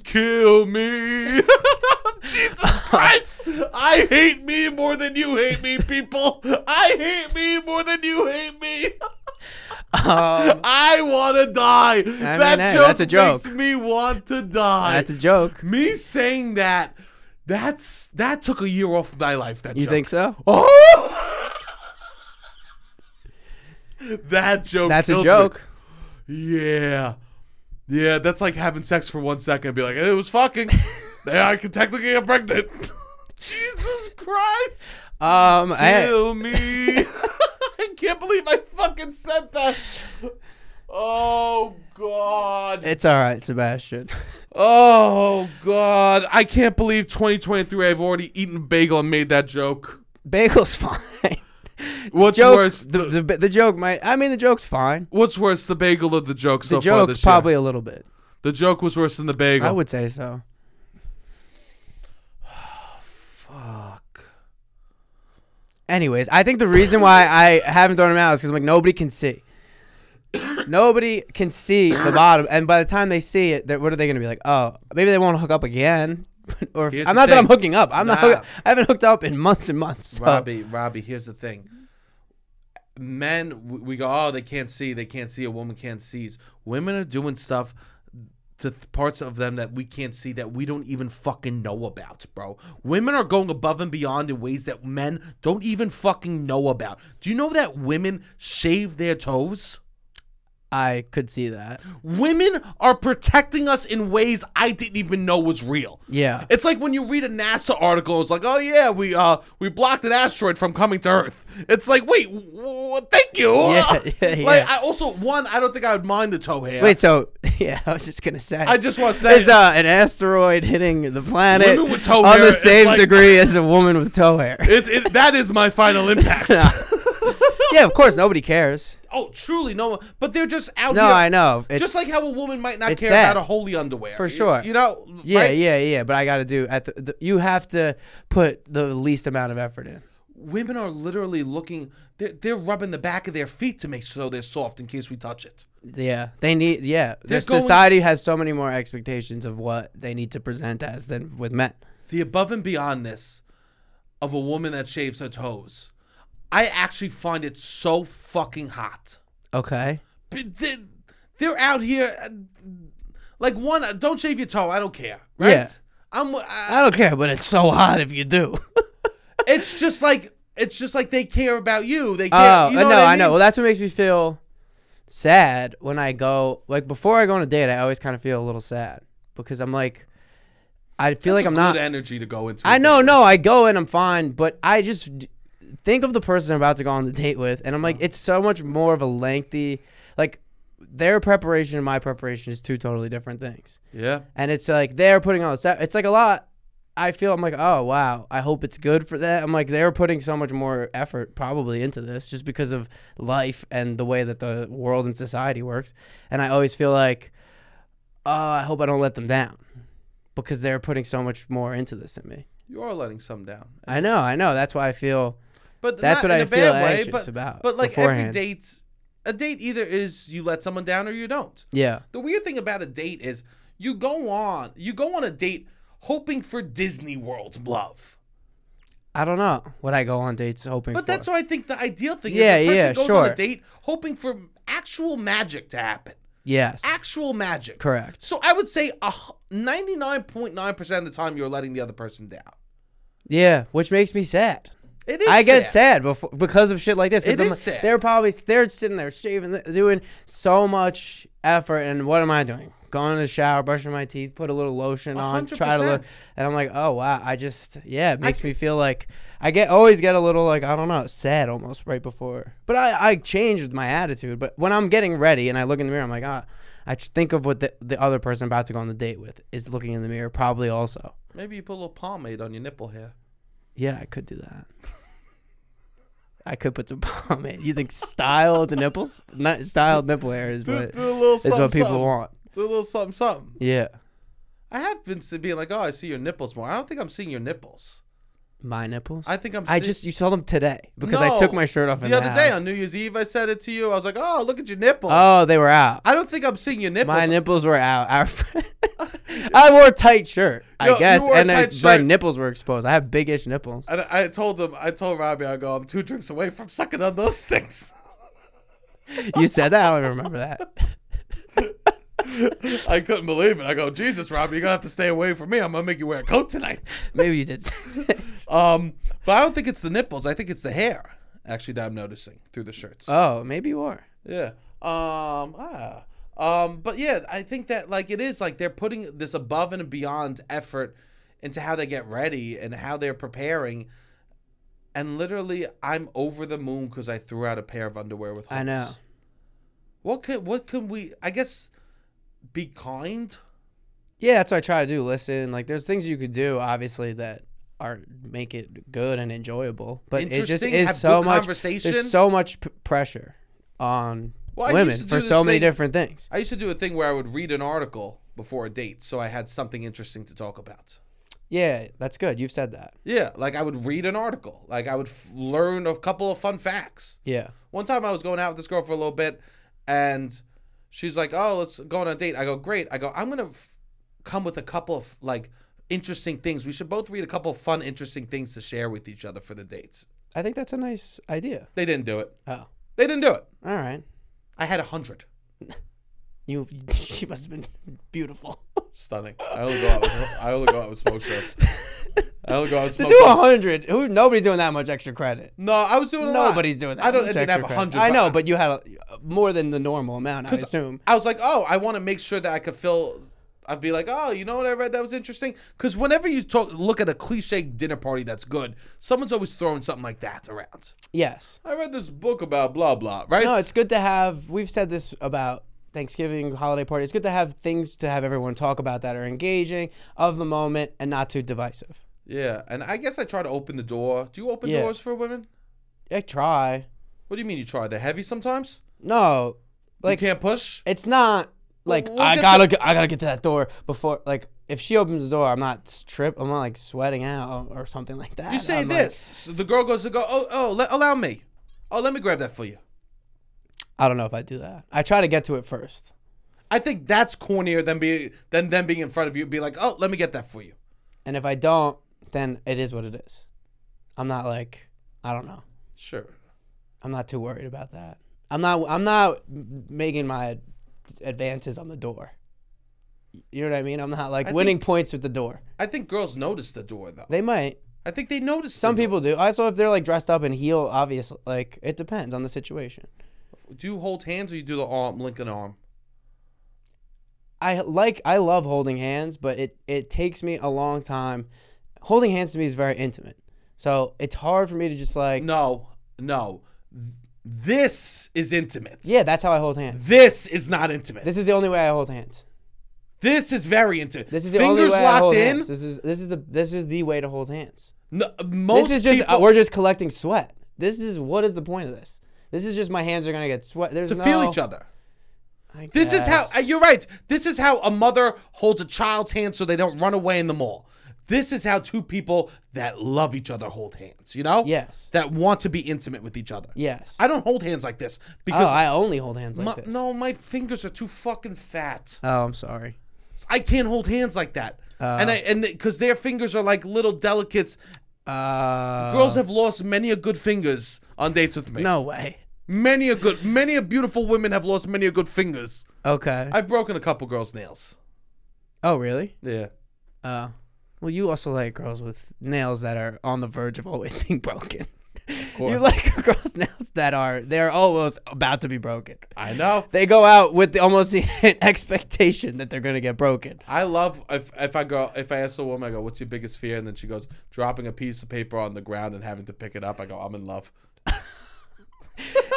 Speaker 1: Kill me. Jesus Christ. I hate me more than you hate me, people. I hate me more than you hate me.
Speaker 2: Um,
Speaker 1: I want to die. that
Speaker 2: hey,
Speaker 1: joke
Speaker 2: that's a joke.
Speaker 1: makes me want to die.
Speaker 2: that's a joke.
Speaker 1: me saying that, that's that took a year off of my life. That
Speaker 2: You
Speaker 1: joke.
Speaker 2: think so?
Speaker 1: Oh! that joke.
Speaker 2: That's a
Speaker 1: killed
Speaker 2: joke.
Speaker 1: me. Yeah. Yeah, that's like having sex for one second and be like, it was fucking. yeah, I could technically get pregnant. Jesus Christ.
Speaker 2: Um, I-
Speaker 1: Kill me. I can't believe I fucking said that. Oh, God.
Speaker 2: it's all right, Sebastian.
Speaker 1: Oh, God. I can't believe 2023 I've already eaten a bagel and made that joke.
Speaker 2: Bagel's fine.
Speaker 1: What's
Speaker 2: joke,
Speaker 1: worse?
Speaker 2: The, the the joke might. I mean, the joke's fine.
Speaker 1: What's worse, the bagel or the joke
Speaker 2: The
Speaker 1: so far
Speaker 2: joke
Speaker 1: this
Speaker 2: probably
Speaker 1: year?
Speaker 2: a little bit.
Speaker 1: The joke was worse than the bagel.
Speaker 2: I would say so.
Speaker 1: Fuck.
Speaker 2: Anyways, I think the reason why I haven't thrown them out is because I'm like nobody can see. nobody can see the bottom, and by the time they see it, they're- what are they gonna be like? Oh, maybe they won't hook up again. or if-
Speaker 1: Here's
Speaker 2: I'm
Speaker 1: the
Speaker 2: not that I'm
Speaker 1: thing.
Speaker 2: hooking up. I'm not.
Speaker 1: Nah.
Speaker 2: Hook, I haven't hooked up in months and months. So.
Speaker 1: Robbie, Robbie, here's the thing. Men, we- we go, oh, they can't see. They can't see. A woman can't seize. Women are doing stuff to th- parts of them that we can't see that we don't even fucking know about, bro. Women are going above and beyond in ways that men don't even fucking know about. Do you know that women shave their toes?
Speaker 2: I could see that.
Speaker 1: Women are protecting us in ways I didn't even know was real.
Speaker 2: Yeah.
Speaker 1: It's like when you read a NASA article, it's like, oh yeah, we uh we blocked an asteroid from coming to Earth. It's like, wait, w- w- thank you.
Speaker 2: Yeah, yeah, yeah.
Speaker 1: Like I also one, I don't think I would mind the toe hair.
Speaker 2: Wait, so yeah, I was just gonna say.
Speaker 1: I just want to say,
Speaker 2: is uh, an asteroid hitting the planet
Speaker 1: Women with toe
Speaker 2: on
Speaker 1: hair
Speaker 2: the
Speaker 1: is
Speaker 2: same
Speaker 1: like-
Speaker 2: degree as a woman with toe hair.
Speaker 1: it, it, that is my final impact.
Speaker 2: yeah, of course, nobody cares.
Speaker 1: oh, truly, no, one- but they're just out.
Speaker 2: No,
Speaker 1: here,
Speaker 2: I know. It's,
Speaker 1: Just like how a woman might not
Speaker 2: it's
Speaker 1: care
Speaker 2: sad.
Speaker 1: about a holy underwear. For
Speaker 2: sure.
Speaker 1: You, know.
Speaker 2: Yeah,
Speaker 1: right?
Speaker 2: yeah, yeah. But I got to do at the, the. You have to put the least amount of effort in.
Speaker 1: Women are literally looking. They're, they're rubbing the back of their feet to make sure they're soft in case we touch it.
Speaker 2: Yeah, they need. Yeah,
Speaker 1: They're
Speaker 2: the
Speaker 1: going-
Speaker 2: society has so many more expectations of what they need to present as than with men.
Speaker 1: the above and beyondness of a woman that shaves her toes. I actually find it so fucking hot.
Speaker 2: Okay.
Speaker 1: But they- They're out here, uh, like one. uh, Don't shave your toe. I don't care, right?
Speaker 2: Yeah.
Speaker 1: I'm. uh, I,
Speaker 2: I don't care, but it's so hot if you do.
Speaker 1: it's just like it's just like they care about you. They care.
Speaker 2: Oh,
Speaker 1: you know
Speaker 2: no,
Speaker 1: what I,
Speaker 2: I,
Speaker 1: mean?
Speaker 2: know. Well, that's what makes me feel sad when I go, like, before I go on a date, I always kind of feel a little sad because I'm like, I feel like I'm not.
Speaker 1: Good energy to go into.
Speaker 2: I
Speaker 1: a
Speaker 2: know,
Speaker 1: date.
Speaker 2: no, I go and I'm fine, but I just d- think of the person I'm about to go on the date with, and I'm like, it's so much more of a lengthy, like, their preparation and my preparation is two totally different things,
Speaker 1: Yeah.
Speaker 2: and it's like they're putting all this. e, It's like a lot. I feel I'm like, oh wow, I hope it's good for that. I'm like, they're putting so much more effort probably into this just because of life and the way that the world and society works, and I always feel like, oh, I hope I don't let them down because they're putting so much more into this than me.
Speaker 1: You are letting some down.
Speaker 2: I know, I know. That's why I feel
Speaker 1: But
Speaker 2: That's
Speaker 1: not
Speaker 2: what
Speaker 1: in
Speaker 2: I
Speaker 1: a
Speaker 2: feel
Speaker 1: bad way,
Speaker 2: anxious
Speaker 1: but,
Speaker 2: about
Speaker 1: But like
Speaker 2: beforehand.
Speaker 1: every date, a date either is you let someone down or you don't.
Speaker 2: yeah.
Speaker 1: The weird thing about a date is you go on you go on a date hoping for Disney World love.
Speaker 2: I don't know what I go on dates hoping
Speaker 1: But
Speaker 2: for.
Speaker 1: that's why I think the ideal thing
Speaker 2: Yeah,
Speaker 1: is the person
Speaker 2: yeah,
Speaker 1: goes on
Speaker 2: sure.
Speaker 1: a date hoping for actual magic to happen.
Speaker 2: yes,
Speaker 1: Actual magic.
Speaker 2: correct.
Speaker 1: So I would say a h- 99.9% of the time you're letting the other person down.
Speaker 2: Yeah, which makes me sad.
Speaker 1: It is
Speaker 2: I get
Speaker 1: sad.
Speaker 2: sad before, because of shit like this. 'cause
Speaker 1: It
Speaker 2: I'm
Speaker 1: is
Speaker 2: like-
Speaker 1: sad.
Speaker 2: They're probably they're sitting there shaving, doing so much effort, and what am I doing? Going in the shower, brushing my teeth, put a little lotion on, try to look,
Speaker 1: 100%.
Speaker 2: and I'm like, oh wow, I just yeah, it makes me feel like I get always get a little like I don't know, sad almost right before. But I I changed my attitude. But when I'm getting ready and I look in the mirror, I'm like ah, I just think of what the the other person I'm about to go on the date with is looking in the mirror probably also.
Speaker 1: Maybe you put a little pomade on your nipple here.
Speaker 2: Yeah, I could do that. I could put some pomade. You think styled nipples? Not styled nipple hair is
Speaker 1: Do,
Speaker 2: what
Speaker 1: do a little
Speaker 2: is
Speaker 1: something,
Speaker 2: what people
Speaker 1: something.
Speaker 2: want.
Speaker 1: Do a little something, something.
Speaker 2: Yeah,
Speaker 1: I have been s- being like, oh, I see your nipples more. I don't think I'm seeing your nipples.
Speaker 2: my nipples. I,
Speaker 1: I think I'm. see-
Speaker 2: just you saw them today because I took
Speaker 1: No,
Speaker 2: my shirt off in
Speaker 1: the other day
Speaker 2: house.
Speaker 1: on New Year's Eve. I said it to you. I was like, oh, look at your nipples.
Speaker 2: Oh, they were out.
Speaker 1: I don't think I'm seeing your nipples.
Speaker 2: My nipples were out. Our friend, I wore a tight shirt, I
Speaker 1: Yo, you
Speaker 2: guess,
Speaker 1: wore a
Speaker 2: and I,
Speaker 1: tight
Speaker 2: my
Speaker 1: shirt.
Speaker 2: nipples were exposed. I have big-ish nipples.
Speaker 1: and I I told him, I told Robbie, I go, I'm two drinks away from sucking on those things.
Speaker 2: You said that. I don't even remember that.
Speaker 1: I couldn't believe it. I go, Jesus, Robbie, you're gonna have to stay away from me. I'm gonna make you wear a coat tonight.
Speaker 2: Maybe you did. say this.
Speaker 1: Um, but I don't think it's the nipples. I think it's the hair, actually, that I'm noticing through the shirts.
Speaker 2: oh, maybe you were.
Speaker 1: Yeah. Um. Ah. Um. But yeah, I think that like it is like they're putting this above and beyond effort into how they get ready and how they're preparing. And literally, I'm over the moon because I threw out a pair of underwear with. Holes.
Speaker 2: I know.
Speaker 1: What could what can we? I guess be kind.
Speaker 2: Yeah, that's what I try to do. Listen, like there's things you could do, obviously, that are make it good and enjoyable. But it just
Speaker 1: Interesting, have
Speaker 2: is so
Speaker 1: good
Speaker 2: much.
Speaker 1: conversation.
Speaker 2: There's so much p- pressure on
Speaker 1: Well, I used to
Speaker 2: women
Speaker 1: do
Speaker 2: for
Speaker 1: this
Speaker 2: so many
Speaker 1: thing-
Speaker 2: different things.
Speaker 1: I used to do a thing where I would read an article before a date, so I had something interesting to talk about.
Speaker 2: Yeah, that's good. You've said that.
Speaker 1: Yeah, like I would read an article, like I would f- learn a couple of fun facts.
Speaker 2: Yeah,
Speaker 1: One time I was going out with this girl for a little bit, and she's like, "Oh, let's go on a date." I go, "Great." I go, "I'm gonna f- come with a couple of like interesting things. We should both read a couple of fun, interesting things to share with each other for the dates."
Speaker 2: I think that's a nice idea.
Speaker 1: They didn't do it.
Speaker 2: Oh,
Speaker 1: They didn't do it.
Speaker 2: all right.
Speaker 1: I had a hundred.
Speaker 2: You, she must have been beautiful.
Speaker 1: Stunning. I only go out. With, I only go out with smoke shows. I only go out with
Speaker 2: to
Speaker 1: smoke
Speaker 2: do a
Speaker 1: shows.
Speaker 2: hundred, who nobody's doing that much extra credit.
Speaker 1: No, I was doing a lot.
Speaker 2: Nobody's doing that.
Speaker 1: I don't.
Speaker 2: much
Speaker 1: I didn't
Speaker 2: extra
Speaker 1: have a
Speaker 2: credit.
Speaker 1: hundred.
Speaker 2: I
Speaker 1: but
Speaker 2: know, but you had a, more than the normal amount. I assume.
Speaker 1: I was like, oh, I want to make sure that I could fill. I'd be like, oh, you know what I read that was interesting? Because whenever you talk, look at a cliche dinner party that's good, someone's always throwing something like that around.
Speaker 2: Yes.
Speaker 1: I read this book about blah blah, right?
Speaker 2: No, it's good to have. We've said this about Thanksgiving holiday party. It's good to have things to have everyone talk about that are engaging, of the moment, and not too divisive.
Speaker 1: yeah. And I guess I try to open the door. Do you open
Speaker 2: Yeah.
Speaker 1: doors for women?
Speaker 2: I try.
Speaker 1: What do you mean you try? They're heavy sometimes.
Speaker 2: No, Like-
Speaker 1: you can't push.
Speaker 2: it's not like
Speaker 1: we'll
Speaker 2: I
Speaker 1: get
Speaker 2: gotta get, I gotta get to that door before like. If she opens the door, I'm not strip. I'm not like sweating out or something like that.
Speaker 1: You say
Speaker 2: I'm like-
Speaker 1: this. so the girl goes to go. Oh oh, le- allow me. Oh, let me grab that for you.
Speaker 2: I don't know if I do that. I try to get to it first.
Speaker 1: I think that's cornier than be than them being in front of you. Be like, oh, let me get that for you.
Speaker 2: And if I don't, then it is what it is. I'm not like I don't know.
Speaker 1: Sure.
Speaker 2: I'm not too worried about that. I'm not. I'm not m- making my advances on the door. You know what I mean? I'm not like winning points with the door.
Speaker 1: I think girls notice the door though.
Speaker 2: They might.
Speaker 1: I think they notice.
Speaker 2: Some
Speaker 1: the
Speaker 2: people do. Also, if they're like dressed up in heel, obviously, like it depends on the situation.
Speaker 1: door. do you hold hands or you do the arm, Lincoln arm.
Speaker 2: I like I love holding hands, but it it takes me a long time. Holding hands to me is very intimate, so it's hard for me to just like
Speaker 1: No, no. Th- This is intimate.
Speaker 2: yeah, that's how I hold hands.
Speaker 1: This is not intimate. This,
Speaker 2: This is the only way I hold hands.
Speaker 1: is very intimate.
Speaker 2: This is the
Speaker 1: Fingers
Speaker 2: only way I
Speaker 1: locked
Speaker 2: hold
Speaker 1: in.
Speaker 2: hands. This is this is the this is the way to hold hands.
Speaker 1: No, most
Speaker 2: This is just uh,
Speaker 1: people,
Speaker 2: we're just collecting sweat. This is what is the point of this? This is just my hands are gonna get sweat. There's
Speaker 1: to
Speaker 2: no,
Speaker 1: feel each other.
Speaker 2: I
Speaker 1: This is how
Speaker 2: guess.
Speaker 1: uh, you're right. This is how a mother holds a child's hand so they don't run away in the mall. This is how two people that love each other hold hands. You know?
Speaker 2: Yes.
Speaker 1: That want to be intimate with each other.
Speaker 2: yes.
Speaker 1: I don't hold hands like this
Speaker 2: oh,
Speaker 1: because
Speaker 2: I only hold hands like
Speaker 1: my-
Speaker 2: this.
Speaker 1: no, my fingers are too fucking fat.
Speaker 2: Oh, I'm sorry.
Speaker 1: I can't hold hands like that. and I and because their fingers are like little delicates.
Speaker 2: Uh,
Speaker 1: Girls have lost many a good fingers on dates with me.
Speaker 2: no way.
Speaker 1: Many a good, many a beautiful women have lost many a good fingers.
Speaker 2: Okay.
Speaker 1: I've broken a couple girls' nails.
Speaker 2: oh, really?
Speaker 1: Yeah.
Speaker 2: Uh, well, you also like girls with nails that are on the verge of always being broken. You
Speaker 1: course.
Speaker 2: like girls' nails that are they're almost about to be broken.
Speaker 1: I know.
Speaker 2: They go out with the, almost the expectation that they're gonna get broken.
Speaker 1: I love if if I go if I ask a woman I go what's your biggest fear and then she goes dropping a piece of paper on the ground and having to pick it up I go I'm in love.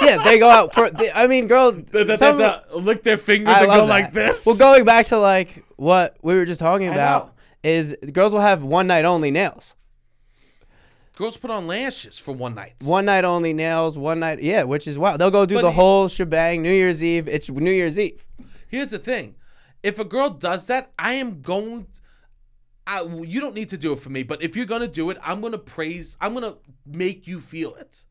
Speaker 2: yeah, they go out for. They, I mean, girls. some-
Speaker 1: lick their fingers
Speaker 2: I
Speaker 1: and
Speaker 2: love
Speaker 1: go
Speaker 2: that.
Speaker 1: like this.
Speaker 2: Well, going back to like what we were just talking
Speaker 1: know.
Speaker 2: about is girls will have one night only nails.
Speaker 1: Girls put on lashes for one night.
Speaker 2: One night only nails, one night yeah, which is wild. They'll go do the
Speaker 1: it-
Speaker 2: whole shebang. New Year's Eve, it's New Year's Eve.
Speaker 1: Here's the thing, if a girl does that, I am going. I, you don't need to do it for me, but if you're gonna do it, I'm gonna praise. I'm gonna make you feel it.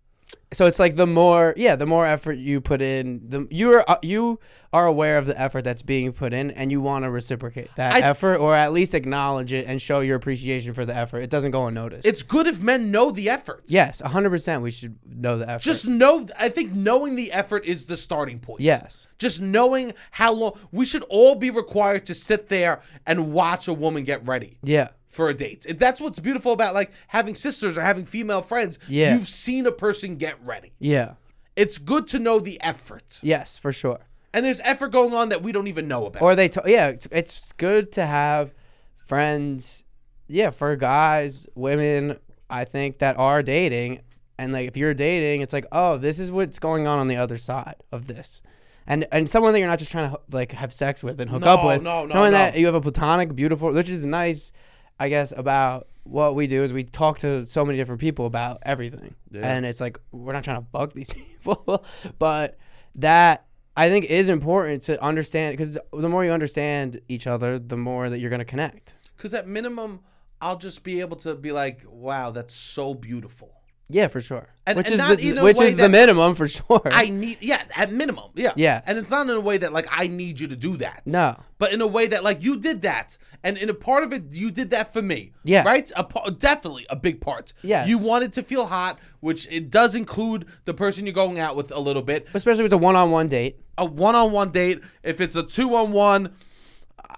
Speaker 2: So it's like the more yeah, the more effort you put in, the you are uh, you are aware of the effort that's being put in, and you want to reciprocate that
Speaker 1: I-
Speaker 2: effort or at least acknowledge it and show your appreciation for the effort. It doesn't go unnoticed.
Speaker 1: It's good if men know the effort.
Speaker 2: yes, hundred percent. We should know the effort.
Speaker 1: Just know. I think knowing the effort is the starting point.
Speaker 2: yes.
Speaker 1: Just knowing how long we should all be required to sit there and watch a woman get ready
Speaker 2: Yeah.
Speaker 1: for a date. And That's what's beautiful about like having sisters or having female friends.
Speaker 2: Yeah.
Speaker 1: You've seen a person get ready.
Speaker 2: Yeah.
Speaker 1: It's good to know the effort.
Speaker 2: Yes, for sure.
Speaker 1: And there's effort going on that we don't even know about.
Speaker 2: Or they, t- yeah, it's, it's good to have friends, yeah, for guys, women, I think, that are dating. And like, if you're dating, it's like, oh, this is what's going on on the other side of this. And, and someone that you're not just trying to like have sex with and hook
Speaker 1: No,
Speaker 2: up with,
Speaker 1: no, no,
Speaker 2: someone
Speaker 1: no.
Speaker 2: that you have a platonic, beautiful, which is nice, I guess. About what we do is we talk to so many different people about everything, and it's like we're not trying to bug these people, but that I think is important to understand because the more you understand each other, the more that you're gonna connect.
Speaker 1: Because at minimum, I'll just be able to be like, wow, that's so beautiful.
Speaker 2: Yeah, for sure.
Speaker 1: And-
Speaker 2: which
Speaker 1: and
Speaker 2: is
Speaker 1: not in
Speaker 2: the
Speaker 1: a
Speaker 2: which
Speaker 1: way
Speaker 2: is the
Speaker 1: that-
Speaker 2: minimum for sure.
Speaker 1: I need, yeah, at minimum, yeah,
Speaker 2: Yes.
Speaker 1: And it's not in a way that like I need you to do that,
Speaker 2: No.
Speaker 1: but in a way that like you did that, and in a part of it, you did that for me,
Speaker 2: Yeah.
Speaker 1: right? A pa- definitely a big part.
Speaker 2: Yes.
Speaker 1: you wanted to feel hot, which it does include the person you're going out with a little bit.
Speaker 2: Especially if it's a one-on-one date.
Speaker 1: A one-on-one date, if it's a two-on-one,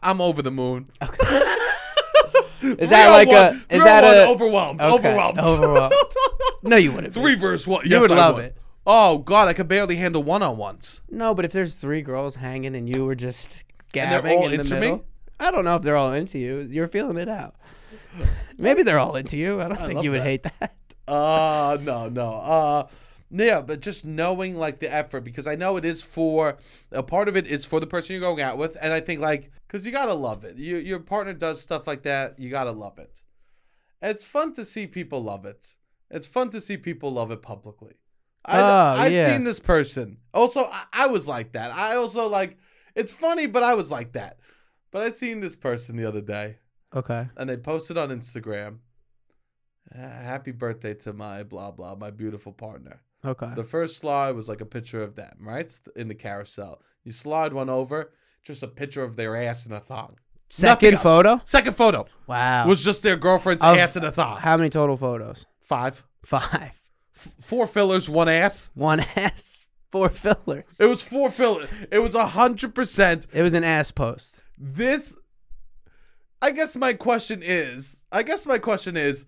Speaker 1: I'm over the moon.
Speaker 2: Is that like a? Is that a?
Speaker 1: overwhelmed?
Speaker 2: Okay,
Speaker 1: Overwhelmed.
Speaker 2: overwhelmed. no, you wouldn't. be.
Speaker 1: Three verse one. Yes,
Speaker 2: would
Speaker 1: I
Speaker 2: love it.
Speaker 1: Oh God, I could barely handle one on ones.
Speaker 2: No, but if there's three girls hanging and you were just
Speaker 1: they're
Speaker 2: gabbing
Speaker 1: all
Speaker 2: in the
Speaker 1: into me?
Speaker 2: middle, I don't know if they're all into you. You're feeling it out. Maybe they're all into you. I don't think you would hate that.
Speaker 1: Uh no, no. Uh yeah, but just knowing like the effort because I know it is for a part of it is for the person you're going out with, and I think like because you gotta love it. You, your partner does stuff like that, you gotta love it. It's fun to see people love it. It's fun to see people love it publicly. I,
Speaker 2: Oh,
Speaker 1: I've
Speaker 2: yeah.
Speaker 1: seen this person. Also, I, I was like that. I also like. It's funny, but I was like that. But I seen this person the other day
Speaker 2: Okay.
Speaker 1: and they posted on Instagram, "Ah, "Happy birthday to my blah blah, my beautiful partner."
Speaker 2: Okay.
Speaker 1: The first slide was like a picture of them, right, in the carousel. You slide one over, just a picture of their ass in a thong. nothing
Speaker 2: Second
Speaker 1: else.
Speaker 2: photo.
Speaker 1: Second photo
Speaker 2: Wow.
Speaker 1: was just their girlfriend's
Speaker 2: Of-
Speaker 1: ass in a thong.
Speaker 2: How many total photos?
Speaker 1: Five,
Speaker 2: Five.
Speaker 1: F- four fillers, one ass.
Speaker 2: One ass. Four fillers.
Speaker 1: It was four fillers. It was a hundred percent
Speaker 2: It was an ass post.
Speaker 1: this i guess my question is i guess my question is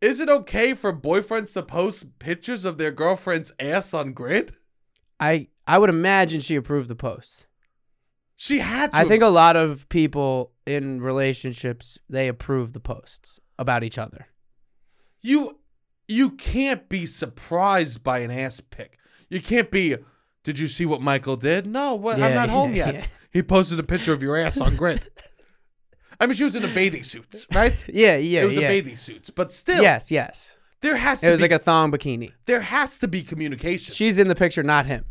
Speaker 1: is it okay for boyfriends to post pictures of their girlfriend's ass on grid
Speaker 2: I I would imagine she approved the post.
Speaker 1: She had to.
Speaker 2: I think a lot of people in relationships they approve the posts about each other.
Speaker 1: you you can't be surprised by an ass pic. You can't be. Did you see what Michael did? No, what, I'm
Speaker 2: Yeah,
Speaker 1: not home
Speaker 2: yeah,
Speaker 1: yet.
Speaker 2: yeah.
Speaker 1: He posted a picture of your ass on grid. I mean, she was in a bathing suit, right?
Speaker 2: Yeah, yeah,
Speaker 1: it was a
Speaker 2: yeah.
Speaker 1: bathing suit, but still,
Speaker 2: Yes, yes.
Speaker 1: there has to
Speaker 2: It was
Speaker 1: be
Speaker 2: like a thong bikini.
Speaker 1: there has to be communication.
Speaker 2: She's in the picture, not him.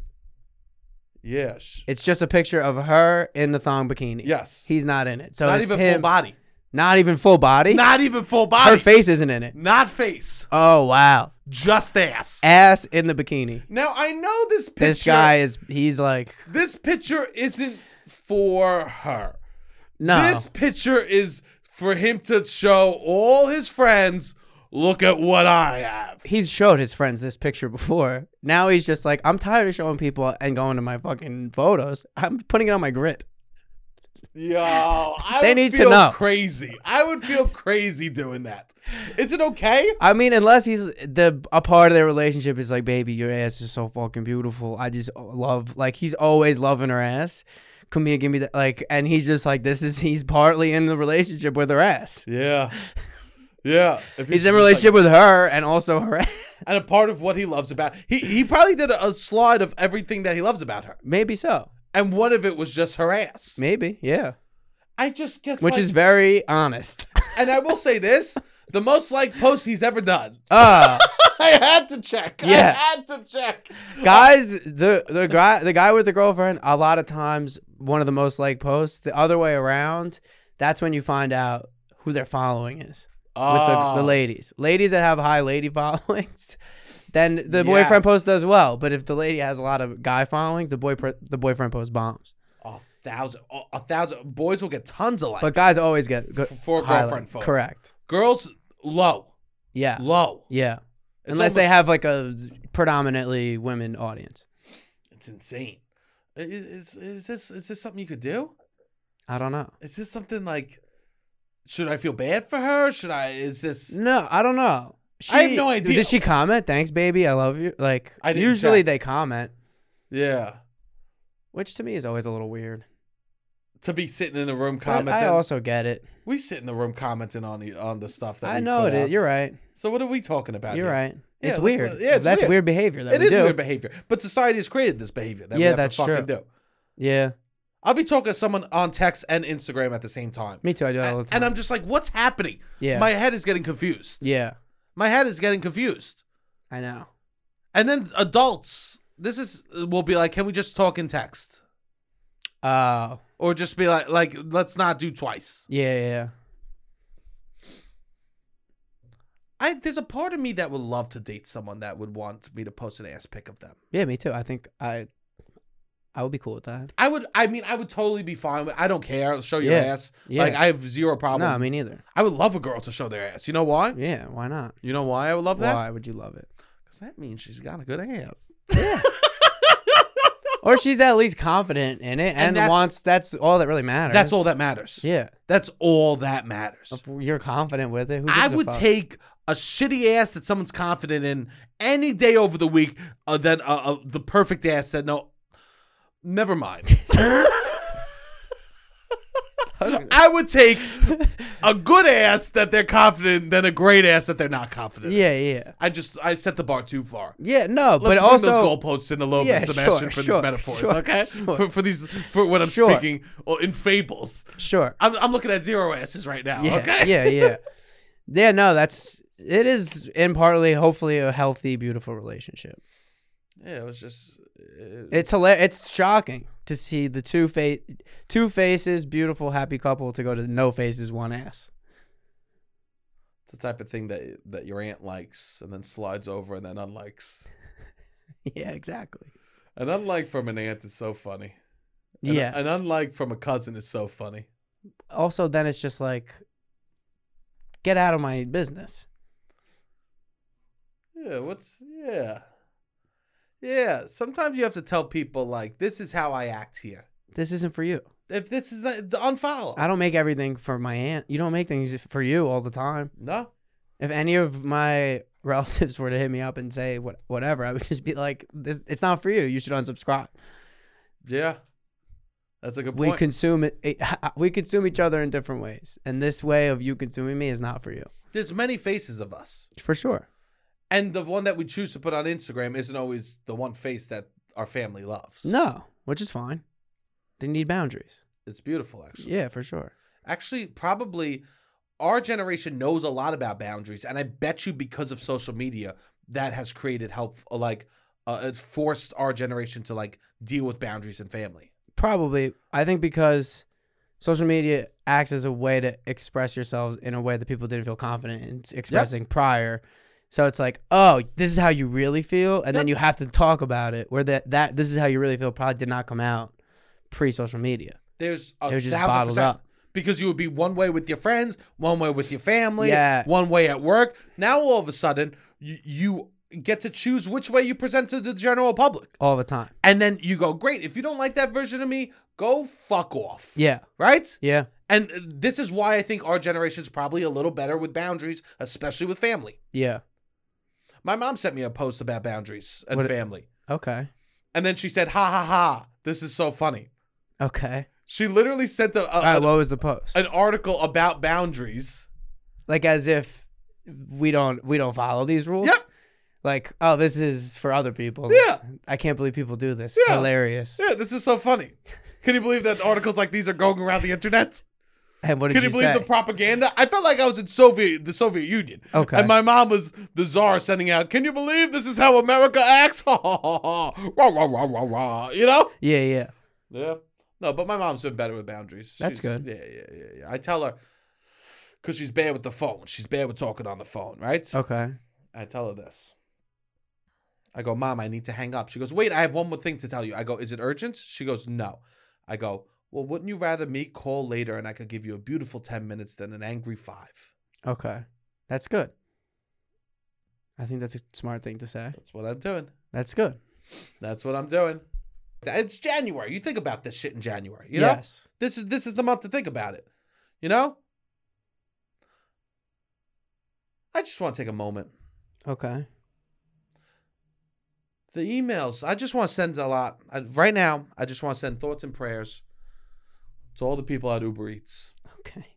Speaker 1: yes,
Speaker 2: It's just a picture of her in the thong bikini.
Speaker 1: yes,
Speaker 2: He's not in it. So
Speaker 1: not
Speaker 2: it's
Speaker 1: even
Speaker 2: him.
Speaker 1: full body,
Speaker 2: Not even full body.
Speaker 1: not even full body,
Speaker 2: her face isn't in it.
Speaker 1: not face,
Speaker 2: Oh wow.
Speaker 1: just ass.
Speaker 2: Ass in the bikini.
Speaker 1: now I know this picture.
Speaker 2: This guy is he's like
Speaker 1: This picture isn't for her.
Speaker 2: no.
Speaker 1: This picture is for him to show all his friends, look at what I have.
Speaker 2: he's showed his friends this picture before. Now he's just like, I'm tired of showing people and going to my fucking photos. I'm putting it on my grid.
Speaker 1: Yo, I
Speaker 2: They
Speaker 1: would
Speaker 2: need to
Speaker 1: feel
Speaker 2: know.
Speaker 1: crazy. I would feel crazy doing that. Is it okay?
Speaker 2: I mean, unless he's the a part of their relationship is like, baby, your ass is so fucking beautiful. I just love like he's always loving her ass. Come here, give me that like, and he's just like, this is he's partly in the relationship with her ass.
Speaker 1: Yeah. Yeah. If
Speaker 2: He's in a
Speaker 1: just
Speaker 2: relationship with her and also her ass.
Speaker 1: like- and a part of what he loves about he he probably did a, a slide of everything that he loves about her.
Speaker 2: Maybe so.
Speaker 1: And one of it was just her ass.
Speaker 2: Maybe yeah.
Speaker 1: I just guess
Speaker 2: Which
Speaker 1: like-
Speaker 2: is very honest.
Speaker 1: and I will say this, the most liked post he's ever done.
Speaker 2: Ah.
Speaker 1: I had to check.
Speaker 2: Yeah.
Speaker 1: I had to check.
Speaker 2: guys the the guy the guy with the girlfriend a lot of times one of the most liked posts the other way around that's when you find out who their following is with
Speaker 1: Ah. Oh,
Speaker 2: the, the ladies ladies that have high lady followings then the
Speaker 1: Yes.
Speaker 2: boyfriend post does well but if the lady has a lot of guy followings the boy the boyfriend post bombs
Speaker 1: A thousand, a- a thousand boys will get tons of likes.
Speaker 2: but guys always get good
Speaker 1: F- for a
Speaker 2: highlight.
Speaker 1: girlfriend photo.
Speaker 2: correct
Speaker 1: girls low,
Speaker 2: yeah
Speaker 1: low.
Speaker 2: yeah
Speaker 1: It's
Speaker 2: unless they
Speaker 1: almost-
Speaker 2: have like a predominantly women audience
Speaker 1: It's insane. I- i- Is, is this is this something you could do?
Speaker 2: i don't know
Speaker 1: Is this something like? Should I feel bad for her? Should I? Is this?
Speaker 2: No, I don't know. She,
Speaker 1: I have no idea.
Speaker 2: Did she comment? Thanks, baby. I love you. Like
Speaker 1: I didn't
Speaker 2: usually
Speaker 1: check.
Speaker 2: they comment,
Speaker 1: Yeah.
Speaker 2: which to me is always a little weird.
Speaker 1: To be sitting in the room
Speaker 2: But
Speaker 1: commenting,
Speaker 2: I also get it.
Speaker 1: we sit in the room commenting on the on the stuff that
Speaker 2: I
Speaker 1: we
Speaker 2: know
Speaker 1: put
Speaker 2: it.
Speaker 1: out.
Speaker 2: is. You're right.
Speaker 1: So what are we talking about?
Speaker 2: You're
Speaker 1: here?
Speaker 2: right.
Speaker 1: Yeah,
Speaker 2: it's
Speaker 1: that's
Speaker 2: weird.
Speaker 1: a- yeah, it's
Speaker 2: that's
Speaker 1: weird.
Speaker 2: weird, behavior that
Speaker 1: It
Speaker 2: we
Speaker 1: is
Speaker 2: do.
Speaker 1: weird behavior, but society has created this behavior that we
Speaker 2: Yeah,
Speaker 1: have
Speaker 2: that's
Speaker 1: to fucking
Speaker 2: true.
Speaker 1: do.
Speaker 2: yeah,
Speaker 1: I'll be talking to someone on text and Instagram at the same time.
Speaker 2: me too. I do that all the time.
Speaker 1: And I'm just like, what's happening?
Speaker 2: yeah,
Speaker 1: My head is getting confused.
Speaker 2: yeah.
Speaker 1: My head is getting confused.
Speaker 2: I know.
Speaker 1: And then adults, this is will be like, can we just talk in text?
Speaker 2: Oh,
Speaker 1: Or just be like, like, let's not do twice.
Speaker 2: yeah, yeah.
Speaker 1: I there's a part of me that would love to date someone that would want me to post an ass pic of them.
Speaker 2: Yeah, me too. I think I, I would be cool with that.
Speaker 1: I would I mean I would totally be fine with I don't care. Show your
Speaker 2: Yeah.
Speaker 1: ass.
Speaker 2: Yeah.
Speaker 1: Like I have zero problem.
Speaker 2: No, me neither.
Speaker 1: I would love a girl to show their ass. You know why?
Speaker 2: Yeah, why not?
Speaker 1: You know why I would love
Speaker 2: Why
Speaker 1: that?
Speaker 2: would you love it?
Speaker 1: Because that means she's got a good ass.
Speaker 2: Or she's at least confident in it and,
Speaker 1: that's-
Speaker 2: wants. That's all that really matters.
Speaker 1: That's all that matters.
Speaker 2: Yeah.
Speaker 1: That's all that matters.
Speaker 2: If you're confident with it, who
Speaker 1: I
Speaker 2: gives a
Speaker 1: would
Speaker 2: fuck?
Speaker 1: take a shitty ass that someone's confident in any day over the week uh, than uh, uh, the perfect ass that no. Never mind. I would take a good ass that they're confident in than a great ass that they're not confident. in.
Speaker 2: Yeah, yeah,
Speaker 1: I just I set the bar too far.
Speaker 2: yeah. No,
Speaker 1: Let's
Speaker 2: but
Speaker 1: bring
Speaker 2: also,
Speaker 1: those goalposts in a little
Speaker 2: Yeah,
Speaker 1: bit,
Speaker 2: sure,
Speaker 1: Sebastian, for
Speaker 2: sure,
Speaker 1: these metaphors,
Speaker 2: sure,
Speaker 1: okay?
Speaker 2: sure.
Speaker 1: For, for these for when I'm
Speaker 2: Sure.
Speaker 1: speaking or in fables.
Speaker 2: sure.
Speaker 1: I'm, I'm looking at zero asses right now.
Speaker 2: Yeah,
Speaker 1: okay.
Speaker 2: yeah, yeah, yeah. No, that's it is in partly, hopefully, a healthy, beautiful relationship.
Speaker 1: Yeah, it was just. It,
Speaker 2: It's hilarious. It's shocking to see the two face, two faces, beautiful, happy couple to go to no faces, one ass.
Speaker 1: it's the type of thing that that your aunt likes and then slides over and then unlikes.
Speaker 2: Yeah, exactly.
Speaker 1: An unlike from an aunt is so funny. An,
Speaker 2: Yeah.
Speaker 1: An unlike from a cousin is so funny.
Speaker 2: also, then it's just like, get out of my business.
Speaker 1: Yeah. What's yeah. Yeah. Sometimes you have to tell people like this is how I act here.
Speaker 2: This isn't for you.
Speaker 1: If this is not, unfollow.
Speaker 2: I don't make everything for my aunt. You don't make things for you all the time.
Speaker 1: no.
Speaker 2: If any of my relatives were to hit me up and say what whatever, I would just be like, this, "It's not for you. You should unsubscribe."
Speaker 1: Yeah. That's a good
Speaker 2: We
Speaker 1: point.
Speaker 2: consume it, it- we consume each other in different ways, and this way of you consuming me is not for you,
Speaker 1: There's many faces of us,
Speaker 2: for sure.
Speaker 1: and the one that we choose to put on Instagram isn't always the one face that our family loves.
Speaker 2: No, which is fine. They need boundaries.
Speaker 1: it's beautiful actually.
Speaker 2: Yeah, for sure.
Speaker 1: Actually, probably our generation knows a lot about boundaries, and I bet you because of social media that has created help. Like, uh, it forced our generation to like deal with boundaries and family.
Speaker 2: Probably, I think because social media acts as a way to express yourselves in a way that people didn't feel confident in s- expressing prior. So it's like, oh, this is how you really feel, and then you have to talk about it. Where that that this is how you really feel probably did not come out pre social media.
Speaker 1: There's a
Speaker 2: It was just
Speaker 1: thousand
Speaker 2: bottled
Speaker 1: percent.
Speaker 2: up.
Speaker 1: Because you would be one way with your friends, one way with your family,
Speaker 2: Yeah.
Speaker 1: one way at work. Now all of a sudden, you, you get to choose which way you present to the general public,
Speaker 2: all the time.
Speaker 1: and then you go, "Great, if you don't like that version of me, go fuck off."
Speaker 2: Yeah,
Speaker 1: Right?
Speaker 2: yeah,
Speaker 1: And uh, this is why I think our generation's probably a little better with boundaries, especially with family.
Speaker 2: yeah.
Speaker 1: My mom sent me a post about boundaries and
Speaker 2: What-
Speaker 1: family.
Speaker 2: Okay,
Speaker 1: And then she said, "Ha ha ha, this is so funny."
Speaker 2: okay.
Speaker 1: She literally sent a, a-
Speaker 2: All right, what was the post?
Speaker 1: an article about boundaries.
Speaker 2: like as if we don't we don't follow these rules.
Speaker 1: Yep.
Speaker 2: Like, oh, this is for other people.
Speaker 1: Yeah.
Speaker 2: I can't believe people do this.
Speaker 1: Yeah.
Speaker 2: Hilarious.
Speaker 1: Yeah, this is so funny. Can you believe that articles like these are going around the internet?
Speaker 2: And what did
Speaker 1: Can
Speaker 2: you,
Speaker 1: you, believe
Speaker 2: say?
Speaker 1: the propaganda? I felt like I was in Soviet the Soviet Union.
Speaker 2: Okay.
Speaker 1: And my mom was the czar sending out, "Can you believe this is how America acts?" Ha ha ha ha. Rah, rah, rah, rah, rah. You know?
Speaker 2: yeah, yeah.
Speaker 1: Yeah. No, but my mom's been better with boundaries.
Speaker 2: That's
Speaker 1: She's-
Speaker 2: good.
Speaker 1: Yeah, yeah, yeah, yeah. I tell her because she's bad with the phone. She's bad with talking on the phone, right?
Speaker 2: Okay.
Speaker 1: I tell her this. I go, Mom, I need to hang up. She goes, Wait, I have one more thing to tell you. I go, Is it urgent? She goes, No. I go, Well, wouldn't you rather me call later and I could give you a beautiful 10 minutes than an angry five?
Speaker 2: Okay. That's good. I think that's a smart thing to say.
Speaker 1: That's what I'm doing.
Speaker 2: That's good.
Speaker 1: That's what I'm doing. It's January. You think about this shit in January. You know?
Speaker 2: yes.
Speaker 1: This is this is the month to think about it. You know? I just want to take a moment.
Speaker 2: Okay.
Speaker 1: The emails, I just want to send a lot. I, right now, I just want to send thoughts and prayers to all the people at Uber Eats.
Speaker 2: Okay.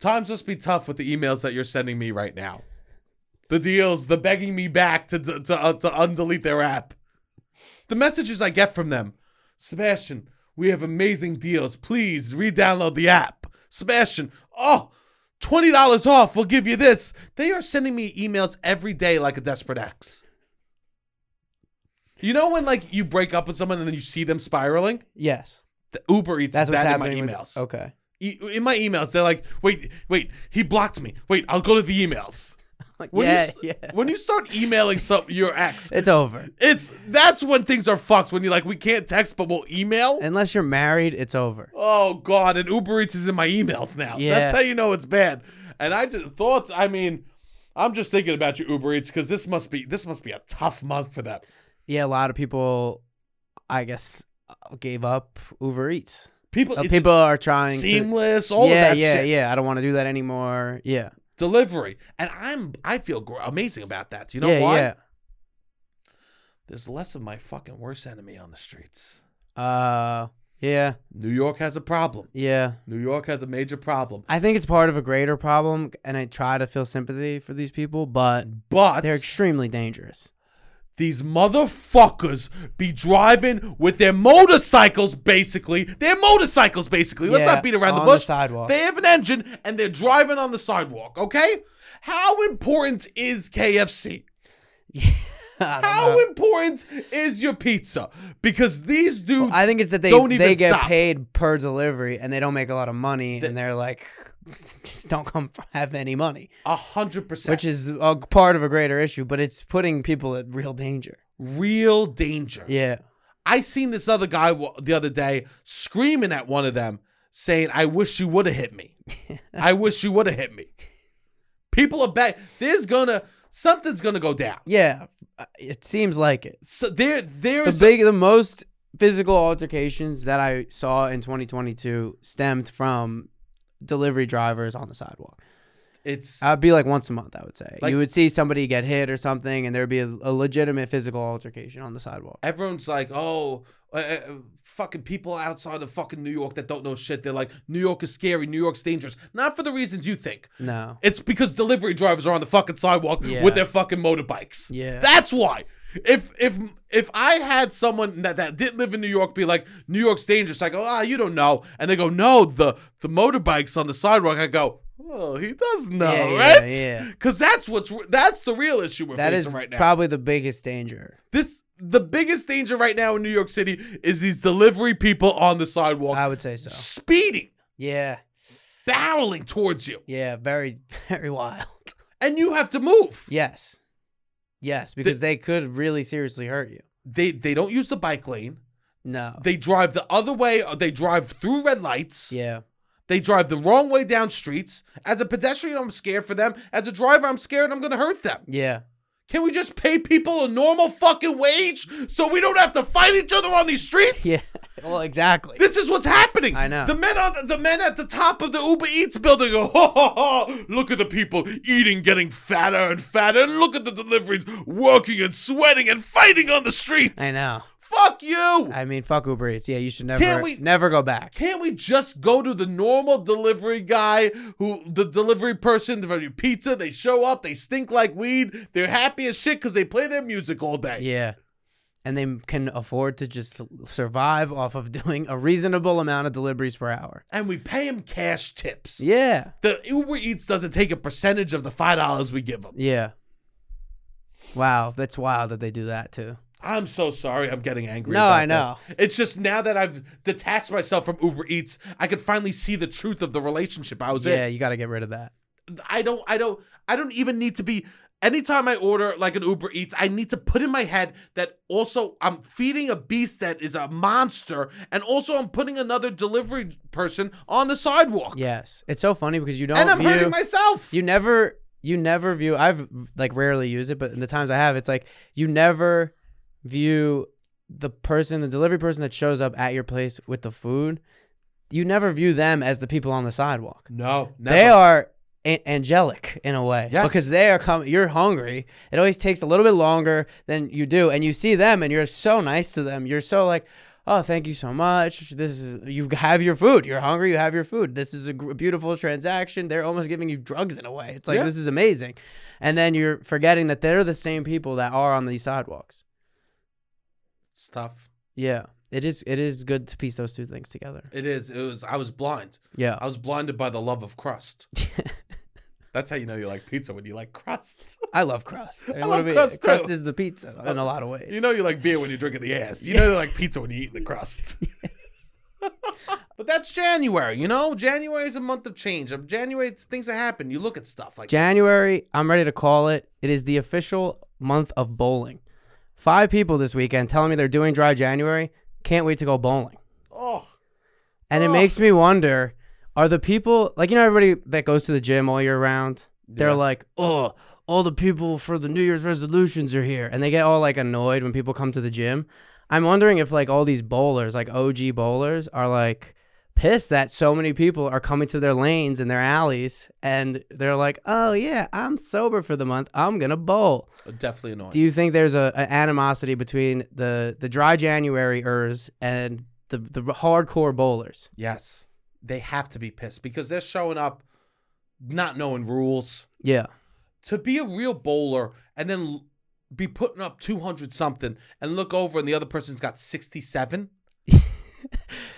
Speaker 1: Times must be tough with the emails that you're sending me right now. The deals, the begging me back to to to, uh, to undelete their app. The messages I get from them, Sebastian, we have amazing deals. Please re-download the app. Sebastian, oh, $20 off. We'll give you this. They are sending me emails every day like a desperate ex. You know when like you break up with someone and then you see them spiraling?
Speaker 2: Yes.
Speaker 1: The Uber Eats
Speaker 2: That's
Speaker 1: is
Speaker 2: what's
Speaker 1: that in my
Speaker 2: happening. with-
Speaker 1: emails
Speaker 2: okay.
Speaker 1: e- in my emails they're like wait wait he blocked me wait i'll go to the emails when,
Speaker 2: yeah,
Speaker 1: you, s-
Speaker 2: yeah.
Speaker 1: when you start emailing some your ex
Speaker 2: It's over.
Speaker 1: it's that's when things are fucked when you're like we can't text but we'll email
Speaker 2: Unless you're married, it's over.
Speaker 1: oh god and uber eats is in my emails now
Speaker 2: Yeah.
Speaker 1: that's how you know it's bad and i did thoughts i mean i'm just thinking about your uber eats because this must be this must be a tough month for them
Speaker 2: Yeah, a lot of people, I guess, uh, gave up Uber Eats.
Speaker 1: people
Speaker 2: Uh,
Speaker 1: it's
Speaker 2: people are trying to.
Speaker 1: seamless all
Speaker 2: yeah,
Speaker 1: of that
Speaker 2: yeah,
Speaker 1: shit
Speaker 2: yeah. I don't want to do that anymore. Yeah,
Speaker 1: delivery and i'm i feel gr- amazing about that Do you know
Speaker 2: yeah,
Speaker 1: why there's less of my fucking worst enemy on the streets.
Speaker 2: yeah. Uh, yeah,
Speaker 1: New York has a problem.
Speaker 2: yeah.
Speaker 1: New York has a major problem.
Speaker 2: I think it's part of a greater problem, and I try to feel sympathy for these people, but
Speaker 1: But
Speaker 2: they're extremely dangerous.
Speaker 1: these motherfuckers be driving with their motorcycles basically. Their motorcycles basically. Let's
Speaker 2: Yeah,
Speaker 1: not beat around the
Speaker 2: on the
Speaker 1: bush.
Speaker 2: sidewalk.
Speaker 1: They have an engine and they're driving on the sidewalk, okay? How important is KFC?
Speaker 2: I, don't
Speaker 1: How
Speaker 2: know.
Speaker 1: important is your pizza? Because these dudes
Speaker 2: I think it's that they
Speaker 1: Don't even
Speaker 2: they get
Speaker 1: stop.
Speaker 2: paid per delivery, and they don't make a lot of money, and they're like, just don't come f- have any money,
Speaker 1: a hundred percent
Speaker 2: which is a part of a greater issue, but it's putting people at real danger.
Speaker 1: real danger.
Speaker 2: Yeah,
Speaker 1: I seen this other guy w- the other day screaming at one of them, saying, "I wish you would have hit me. I wish you would have hit me." People are back. There's gonna something's gonna go down.
Speaker 2: yeah. uh, It seems like it.
Speaker 1: So there,
Speaker 2: the
Speaker 1: there's
Speaker 2: big the most physical altercations that I saw in 2022 stemmed from delivery drivers on the sidewalk.
Speaker 1: It's
Speaker 2: I'd be like once a month. I would say
Speaker 1: Like-
Speaker 2: you would see somebody get hit or something, and there'd be a, a legitimate physical altercation on the sidewalk.
Speaker 1: everyone's like, oh, uh, uh, fucking people outside of fucking New York that don't know shit. They're like, New York is scary. New York's dangerous. Not for the reasons you think.
Speaker 2: No,
Speaker 1: It's because delivery drivers are on the fucking sidewalk
Speaker 2: Yeah.
Speaker 1: with their fucking motorbikes.
Speaker 2: Yeah.
Speaker 1: That's why. If if if I had someone that, that didn't live in New York be like, New York's dangerous, I go, ah, you don't know. And they go, no, the the motorbikes on the sidewalk. I go, oh, he does know,
Speaker 2: Yeah, yeah,
Speaker 1: right?
Speaker 2: yeah.
Speaker 1: Because that's what's that's the real issue we're
Speaker 2: that
Speaker 1: facing
Speaker 2: is
Speaker 1: right now.
Speaker 2: probably the biggest danger.
Speaker 1: this the biggest danger right now in New York City is these delivery people on the sidewalk
Speaker 2: I would say so.
Speaker 1: speeding,
Speaker 2: Yeah,
Speaker 1: barreling towards you,
Speaker 2: yeah, very, very wild.
Speaker 1: and you have to move.
Speaker 2: Yes, yes, because they could really seriously hurt you.
Speaker 1: They they don't use the bike lane.
Speaker 2: No.
Speaker 1: They drive the other way. Or they drive through red lights.
Speaker 2: yeah.
Speaker 1: They drive the wrong way down streets. As a pedestrian, I'm scared for them. As a driver, I'm scared I'm going to hurt them.
Speaker 2: Yeah.
Speaker 1: Can we just pay people a normal fucking wage so we don't have to fight each other on these streets?
Speaker 2: Yeah. Well, exactly.
Speaker 1: This is what's happening.
Speaker 2: I know.
Speaker 1: The men on the men at the top of the Uber Eats building go, ho, ho, ho, look at the people eating, getting fatter and fatter, and look at the deliveries working and sweating and fighting on the streets.
Speaker 2: I know.
Speaker 1: Fuck you.
Speaker 2: I mean, fuck Uber Eats. Yeah, you should never,
Speaker 1: Can't we-
Speaker 2: never go back.
Speaker 1: Can't we just go to the normal delivery guy who the delivery person for your pizza? They show up, they stink like weed, they're happy as shit because they play their music all day.
Speaker 2: Yeah. And they can afford to just survive off of doing a reasonable amount of deliveries per hour.
Speaker 1: And we pay them cash tips.
Speaker 2: Yeah.
Speaker 1: The Uber Eats doesn't take a percentage of the five dollars we give them.
Speaker 2: Yeah. Wow, that's wild that they do that too.
Speaker 1: I'm so sorry. I'm getting angry.
Speaker 2: No,
Speaker 1: about
Speaker 2: I know.
Speaker 1: this. It's just now that I've detached myself from Uber Eats, I can finally see the truth of the relationship I was in.
Speaker 2: Yeah, you got to get rid of that.
Speaker 1: I don't I don't I don't even need to be anytime I order like an Uber Eats, I need to put in my head that also I'm feeding a beast that is a monster and also I'm putting another delivery person on the sidewalk.
Speaker 2: Yes. It's so funny because you don't
Speaker 1: And I'm
Speaker 2: view
Speaker 1: hurting myself.
Speaker 2: you never you never view I've like rarely use it, but in the times I have, it's like you never view the person, the delivery person that shows up at your place with the food, you never view them as the people on the sidewalk.
Speaker 1: no,
Speaker 2: They are a- angelic in a way
Speaker 1: Yes.
Speaker 2: because they are coming. You're hungry. It always takes a little bit longer than you do, and you see them, and you're so nice to them. You're so like, oh, thank you so much. This is you have your food. You're hungry. You have your food. This is a gr- beautiful transaction. They're almost giving you drugs in a way. It's like
Speaker 1: Yeah.
Speaker 2: this is amazing, and then you're forgetting that they're the same people that are on these sidewalks.
Speaker 1: it's tough.
Speaker 2: Yeah. It is it is good to piece those two things together.
Speaker 1: It is. It was I was blind.
Speaker 2: Yeah.
Speaker 1: I was blinded by the love of crust. That's how you know you like pizza when you like crust.
Speaker 2: I love crust. I,
Speaker 1: love crust, too.
Speaker 2: crust is the pizza in a lot of ways.
Speaker 1: You know you like beer when you're drinking the ass. You know you like pizza when you eat the crust. but that's January, you know? January is a month of change. Um, January, it's- things that happen. You look at stuff like
Speaker 2: January, I'm ready to call it. It is the official month of bowling. Five people this weekend telling me they're doing dry January. Can't wait to go bowling.
Speaker 1: Oh,
Speaker 2: And it makes me wonder are the people, like, you know, everybody that goes to the gym all year round, they're like, oh, all the people for the New Year's resolutions are here. And they get all like annoyed when people come to the gym. I'm wondering if like all these bowlers, like OG bowlers, are like pissed that so many people are coming to their lanes and their alleys and they're like, oh, yeah, I'm sober for the month. I'm going to bowl.
Speaker 1: definitely annoying.
Speaker 2: Do you think there's a, a animosity between the, the dry Januaryers and the, the hardcore bowlers?
Speaker 1: yes. They have to be pissed because they're showing up not knowing rules.
Speaker 2: Yeah.
Speaker 1: To be a real bowler and then l- be putting up 200 something and look over and the other person's got 67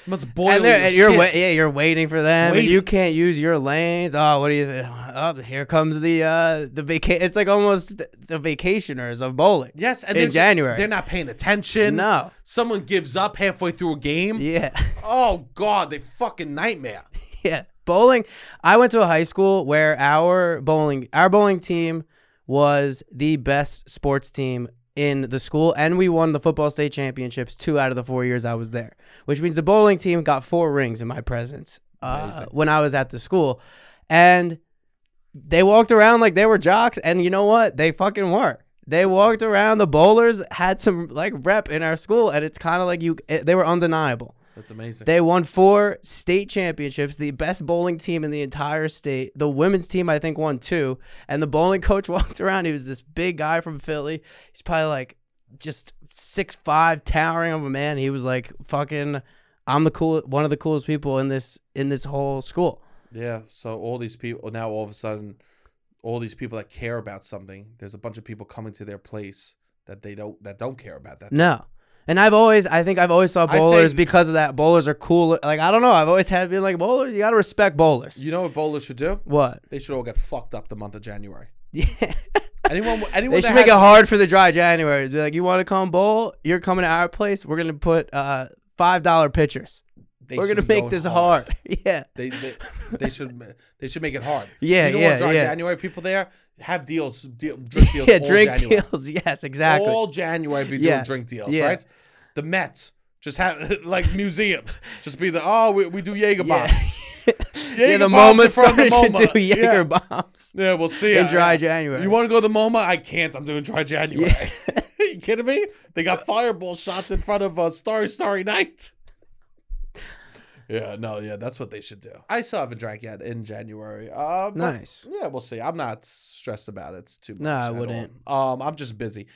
Speaker 1: must boil
Speaker 2: and, they're,
Speaker 1: your
Speaker 2: and you're
Speaker 1: skin.
Speaker 2: wait, yeah, you're waiting for them, and
Speaker 1: Waiting.
Speaker 2: you can't use your lanes. Oh, what do you? Think? Oh, here comes the uh the vaca. It's like almost the vacationers of bowling.
Speaker 1: Yes, and
Speaker 2: in
Speaker 1: they're ju-
Speaker 2: January.
Speaker 1: they're not paying attention.
Speaker 2: No.
Speaker 1: someone gives up halfway through a game.
Speaker 2: Yeah,
Speaker 1: Oh God, they fucking nightmare.
Speaker 2: yeah. Bowling. I went to a high school where our bowling our bowling team was the best sports team in the school, and we won the football state championships two out of the four years I was there. Which means the bowling team got four rings in my presence uh, when I was at the school, and. they walked around like they were jocks, and you know what? They fucking were. They walked around. The bowlers had some like rep in our school, and it's kind of like you. It, they eh, were undeniable.
Speaker 1: That's amazing.
Speaker 2: They won four state championships, the best bowling team in the entire state. The women's team, I think, won two. And the bowling coach walked around. He was this big guy from Philly. He's probably like just six five, towering of a man. He was like, "Fucking, I'm the cool, one of the coolest people in this in this whole school."
Speaker 1: yeah. So all these people now all of a sudden, all these people that care about something, there's a bunch of people coming to their place that they don't that don't care about that.
Speaker 2: No. And I've always, I think I've always saw
Speaker 1: I
Speaker 2: bowlers
Speaker 1: say-
Speaker 2: because of that. Bowlers are cool. Like I don't know. I've always had been like bowlers. You gotta respect bowlers.
Speaker 1: You know what bowlers should do?
Speaker 2: what?
Speaker 1: They should all get fucked up the month of January.
Speaker 2: Yeah.
Speaker 1: Anyone, anyone
Speaker 2: They
Speaker 1: that
Speaker 2: should make it
Speaker 1: has-
Speaker 2: hard for the dry January. Be like, you want to come bowl? You're coming to our place. We're gonna put uh five dollar pitchers.
Speaker 1: they
Speaker 2: We're
Speaker 1: should
Speaker 2: gonna
Speaker 1: be
Speaker 2: make
Speaker 1: going
Speaker 2: this hard. Yeah.
Speaker 1: They, they they should they should make it hard.
Speaker 2: Yeah,
Speaker 1: you don't
Speaker 2: yeah,
Speaker 1: want dry
Speaker 2: yeah.
Speaker 1: January people there have deals, deal, drink deals.
Speaker 2: yeah.
Speaker 1: all
Speaker 2: Drink
Speaker 1: January.
Speaker 2: deals. Yes. Exactly.
Speaker 1: All January be doing
Speaker 2: Yes,
Speaker 1: drink deals,
Speaker 2: yeah.
Speaker 1: right? The Mets just have like museums, just be the oh we, we do Jaeger
Speaker 2: Yeah.
Speaker 1: bombs.
Speaker 2: yeah. The
Speaker 1: Jaeger bombs
Speaker 2: MoMA
Speaker 1: are from the
Speaker 2: started to
Speaker 1: MoMA.
Speaker 2: do Jaeger
Speaker 1: Yeah.
Speaker 2: bombs.
Speaker 1: Yeah, we'll see.
Speaker 2: In
Speaker 1: I-
Speaker 2: dry
Speaker 1: I-
Speaker 2: January.
Speaker 1: You want to go to the MoMA? I can't. I'm doing dry January. you kidding me? They got fireball shots in front of uh, Starry Starry Night. Yeah, no, yeah, that's what they should do. I still haven't drank yet in January. Uh, but
Speaker 2: Nice.
Speaker 1: Yeah, we'll see. I'm not stressed about it. It's too much.
Speaker 2: No, I
Speaker 1: at all.
Speaker 2: wouldn't.
Speaker 1: Um, I'm just busy.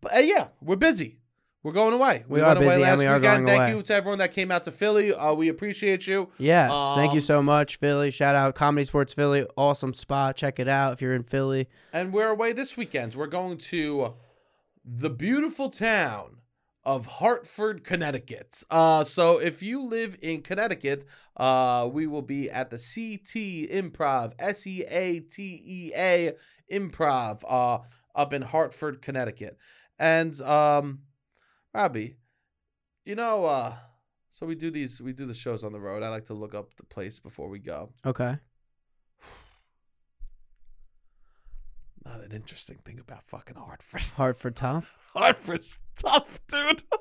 Speaker 1: But uh, yeah, we're busy. We're going away.
Speaker 2: We are
Speaker 1: went away
Speaker 2: busy and
Speaker 1: last
Speaker 2: we are
Speaker 1: weekend.
Speaker 2: going
Speaker 1: Thank
Speaker 2: away.
Speaker 1: you to everyone that came out to Philly. Uh, we appreciate you.
Speaker 2: Yes. thank you
Speaker 1: Um,
Speaker 2: so much, Philly. Shout out Comedy Sports Philly. Awesome spot. Check it out if you're in Philly.
Speaker 1: And we're away this weekend. We're going to the beautiful town of Hartford, Connecticut. Uh, so if you live in Connecticut, uh, we will be at the CT Improv, S E A T E A Improv, uh, up in Hartford, Connecticut. And um, Robbie, you know, uh, so we do these, we do the shows on the road. I like to look up the place before we go.
Speaker 2: Okay.
Speaker 1: Not an interesting thing about fucking Hartford.
Speaker 2: Hartford tough.
Speaker 1: Hartford's tough, dude.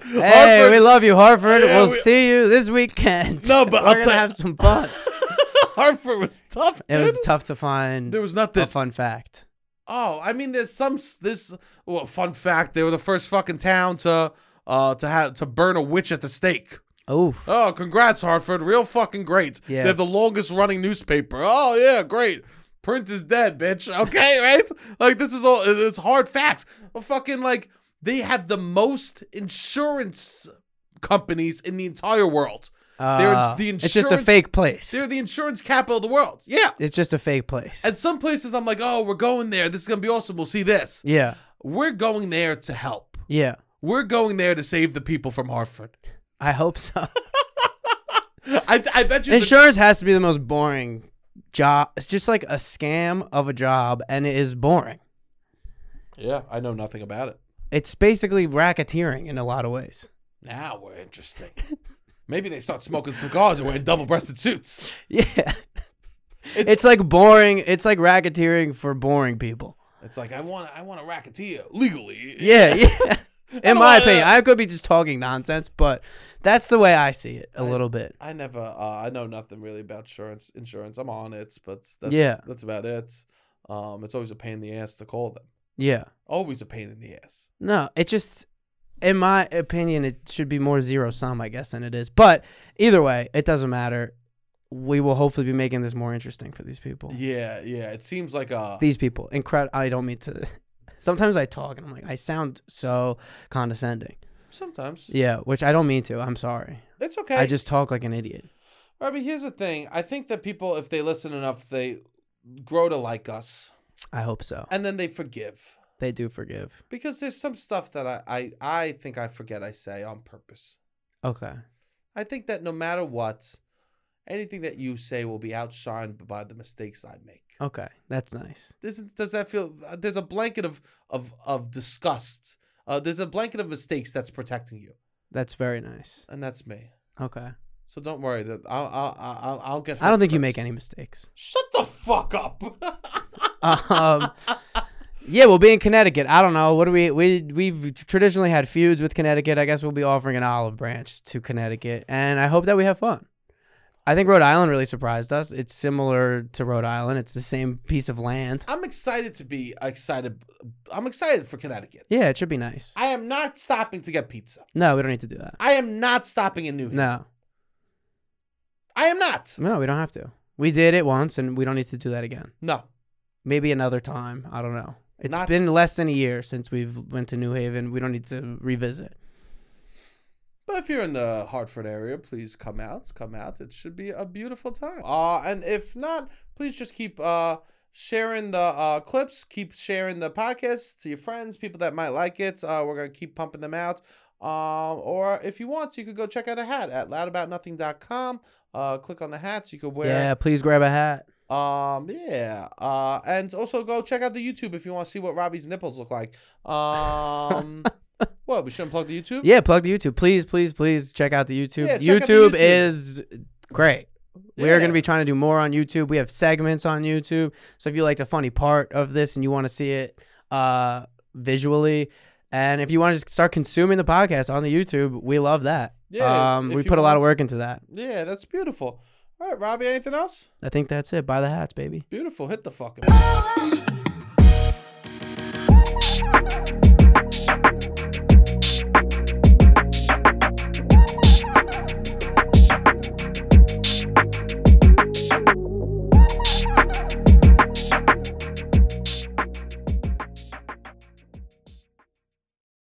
Speaker 2: Hey,
Speaker 1: Hartford-
Speaker 2: we love you, Hartford.
Speaker 1: Yeah,
Speaker 2: we'll
Speaker 1: we-
Speaker 2: see you this weekend.
Speaker 1: No, but
Speaker 2: we're
Speaker 1: I'll
Speaker 2: gonna
Speaker 1: tell you-
Speaker 2: have some fun.
Speaker 1: Hartford was tough,
Speaker 2: It
Speaker 1: dude.
Speaker 2: was tough to find
Speaker 1: there was
Speaker 2: a
Speaker 1: nothing.
Speaker 2: fun fact.
Speaker 1: oh, I mean, there's some s- this. Well, fun fact: they were the first fucking town to uh to have to burn a witch at the stake.
Speaker 2: Oh,
Speaker 1: Oh, congrats, Hartford! Real fucking great.
Speaker 2: Yeah.
Speaker 1: They're the longest running newspaper. Oh yeah, great. Print is dead, bitch. Okay, right? Like this is all. It's hard facts. Well, fucking like they have the most insurance companies in the entire world.
Speaker 2: uh,
Speaker 1: the
Speaker 2: it's just a
Speaker 1: insurance-
Speaker 2: fake place.
Speaker 1: They're the insurance capital of the world. Yeah.
Speaker 2: It's just a fake place.
Speaker 1: At some places, I'm like, oh, we're going there. This is going to be awesome. We'll see this.
Speaker 2: yeah,
Speaker 1: We're going there to help.
Speaker 2: yeah.
Speaker 1: We're going there to save the people from Hartford.
Speaker 2: I hope so.
Speaker 1: I, I bet you. the-
Speaker 2: Insurance has to be the most boring job. It's just like a scam of a job, and it is boring.
Speaker 1: yeah, I know nothing about it.
Speaker 2: It's basically racketeering in a lot of ways.
Speaker 1: Now we're interesting. Maybe they start smoking cigars and wearing double breasted suits.
Speaker 2: Yeah. it's like boring. It's like racketeering for boring people.
Speaker 1: It's like, I want I want to racketeer legally.
Speaker 2: Yeah, yeah. In
Speaker 1: don't
Speaker 2: my
Speaker 1: wanna-
Speaker 2: opinion, I could be just talking nonsense, but that's the way I see it a little bit.
Speaker 1: I never, uh, I know nothing really about insurance. Insurance, I'm on it, but that's,
Speaker 2: Yeah.
Speaker 1: that's about it. Um, it's always a pain in the ass to call them.
Speaker 2: Yeah.
Speaker 1: Always a pain in the ass.
Speaker 2: No, it just, in my opinion, it should be more zero sum, I guess, than it is. But either way, it doesn't matter. We will hopefully be making this more interesting for these people.
Speaker 1: Yeah, yeah. It seems like uh, a
Speaker 2: These people, incredible. I don't mean to. Sometimes I talk and I'm like, I sound so condescending.
Speaker 1: sometimes
Speaker 2: Yeah, which I don't mean to. I'm sorry.
Speaker 1: it's okay.
Speaker 2: I just talk like an idiot.
Speaker 1: Robbie, here's the thing. I think that people, if they listen enough, they grow to like us,
Speaker 2: I hope so.
Speaker 1: and then they forgive
Speaker 2: They do forgive.
Speaker 1: because there's some stuff that I I, I think I forget I say on purpose.
Speaker 2: Okay.
Speaker 1: I think that no matter what, anything that you say will be outshined by the mistakes I make.
Speaker 2: Okay. That's nice.
Speaker 1: Doesn't does that feel? uh, There's a blanket of of of disgust. Uh, there's a blanket of mistakes that's protecting you,
Speaker 2: That's very nice.
Speaker 1: and that's me.
Speaker 2: Okay.
Speaker 1: So don't worry. That I'll I'll I'll, I'll get.
Speaker 2: I don't
Speaker 1: hurt
Speaker 2: think you
Speaker 1: first.
Speaker 2: make any mistakes.
Speaker 1: Shut the fuck up.
Speaker 2: Um, yeah, we'll be in Connecticut. I don't know. What do we we we've traditionally had feuds with Connecticut. I guess we'll be offering an olive branch to Connecticut, and I hope that we have fun. I think Rhode Island really surprised us. It's similar to Rhode Island. It's the same piece of land.
Speaker 1: I'm excited to be excited. I'm excited for Connecticut.
Speaker 2: Yeah, it should be nice.
Speaker 1: I am not stopping to get pizza.
Speaker 2: No, we don't need to do that.
Speaker 1: I am not stopping in New Hampshire.
Speaker 2: No,
Speaker 1: I am not.
Speaker 2: no, we don't have to. We did it once, and we don't need to do that again.
Speaker 1: No.
Speaker 2: Maybe another time. I don't know. It's
Speaker 1: Not-
Speaker 2: been less than a year since we've went to New Haven. We don't need to revisit.
Speaker 1: But if you're in the Hartford area, please come out. Come out. It should be a beautiful time. Uh, and if not, please just keep uh, sharing the uh, clips. Keep sharing the podcast to your friends, people that might like it. Uh, we're going to keep pumping them out. Um, or if you want, you could go check out a hat at loudaboutnothing.com. Uh, click on the hats. You could wear.
Speaker 2: Yeah, please grab a hat.
Speaker 1: Um, yeah. Uh, and also go check out the YouTube if you want to see what Robbie's nipples look like. Um, what? We shouldn't plug the YouTube?
Speaker 2: Yeah, plug the YouTube. Please, please, please check out the YouTube.
Speaker 1: Yeah, check out the
Speaker 2: YouTube,
Speaker 1: YouTube.
Speaker 2: is great. We are
Speaker 1: Yeah.
Speaker 2: going to be trying to do more on YouTube. We have segments on YouTube. So if you liked a funny part of this and you want to see it uh, visually, and if you want to just start consuming the podcast on the YouTube, we love that.
Speaker 1: Yeah,
Speaker 2: um,
Speaker 1: if
Speaker 2: we
Speaker 1: you
Speaker 2: put a lot of
Speaker 1: want
Speaker 2: work into that.
Speaker 1: Yeah, that's beautiful. All right, Robbie, anything else?
Speaker 2: I think that's it. Buy the hats, baby.
Speaker 1: Beautiful. Hit the fucking.
Speaker 3: oh,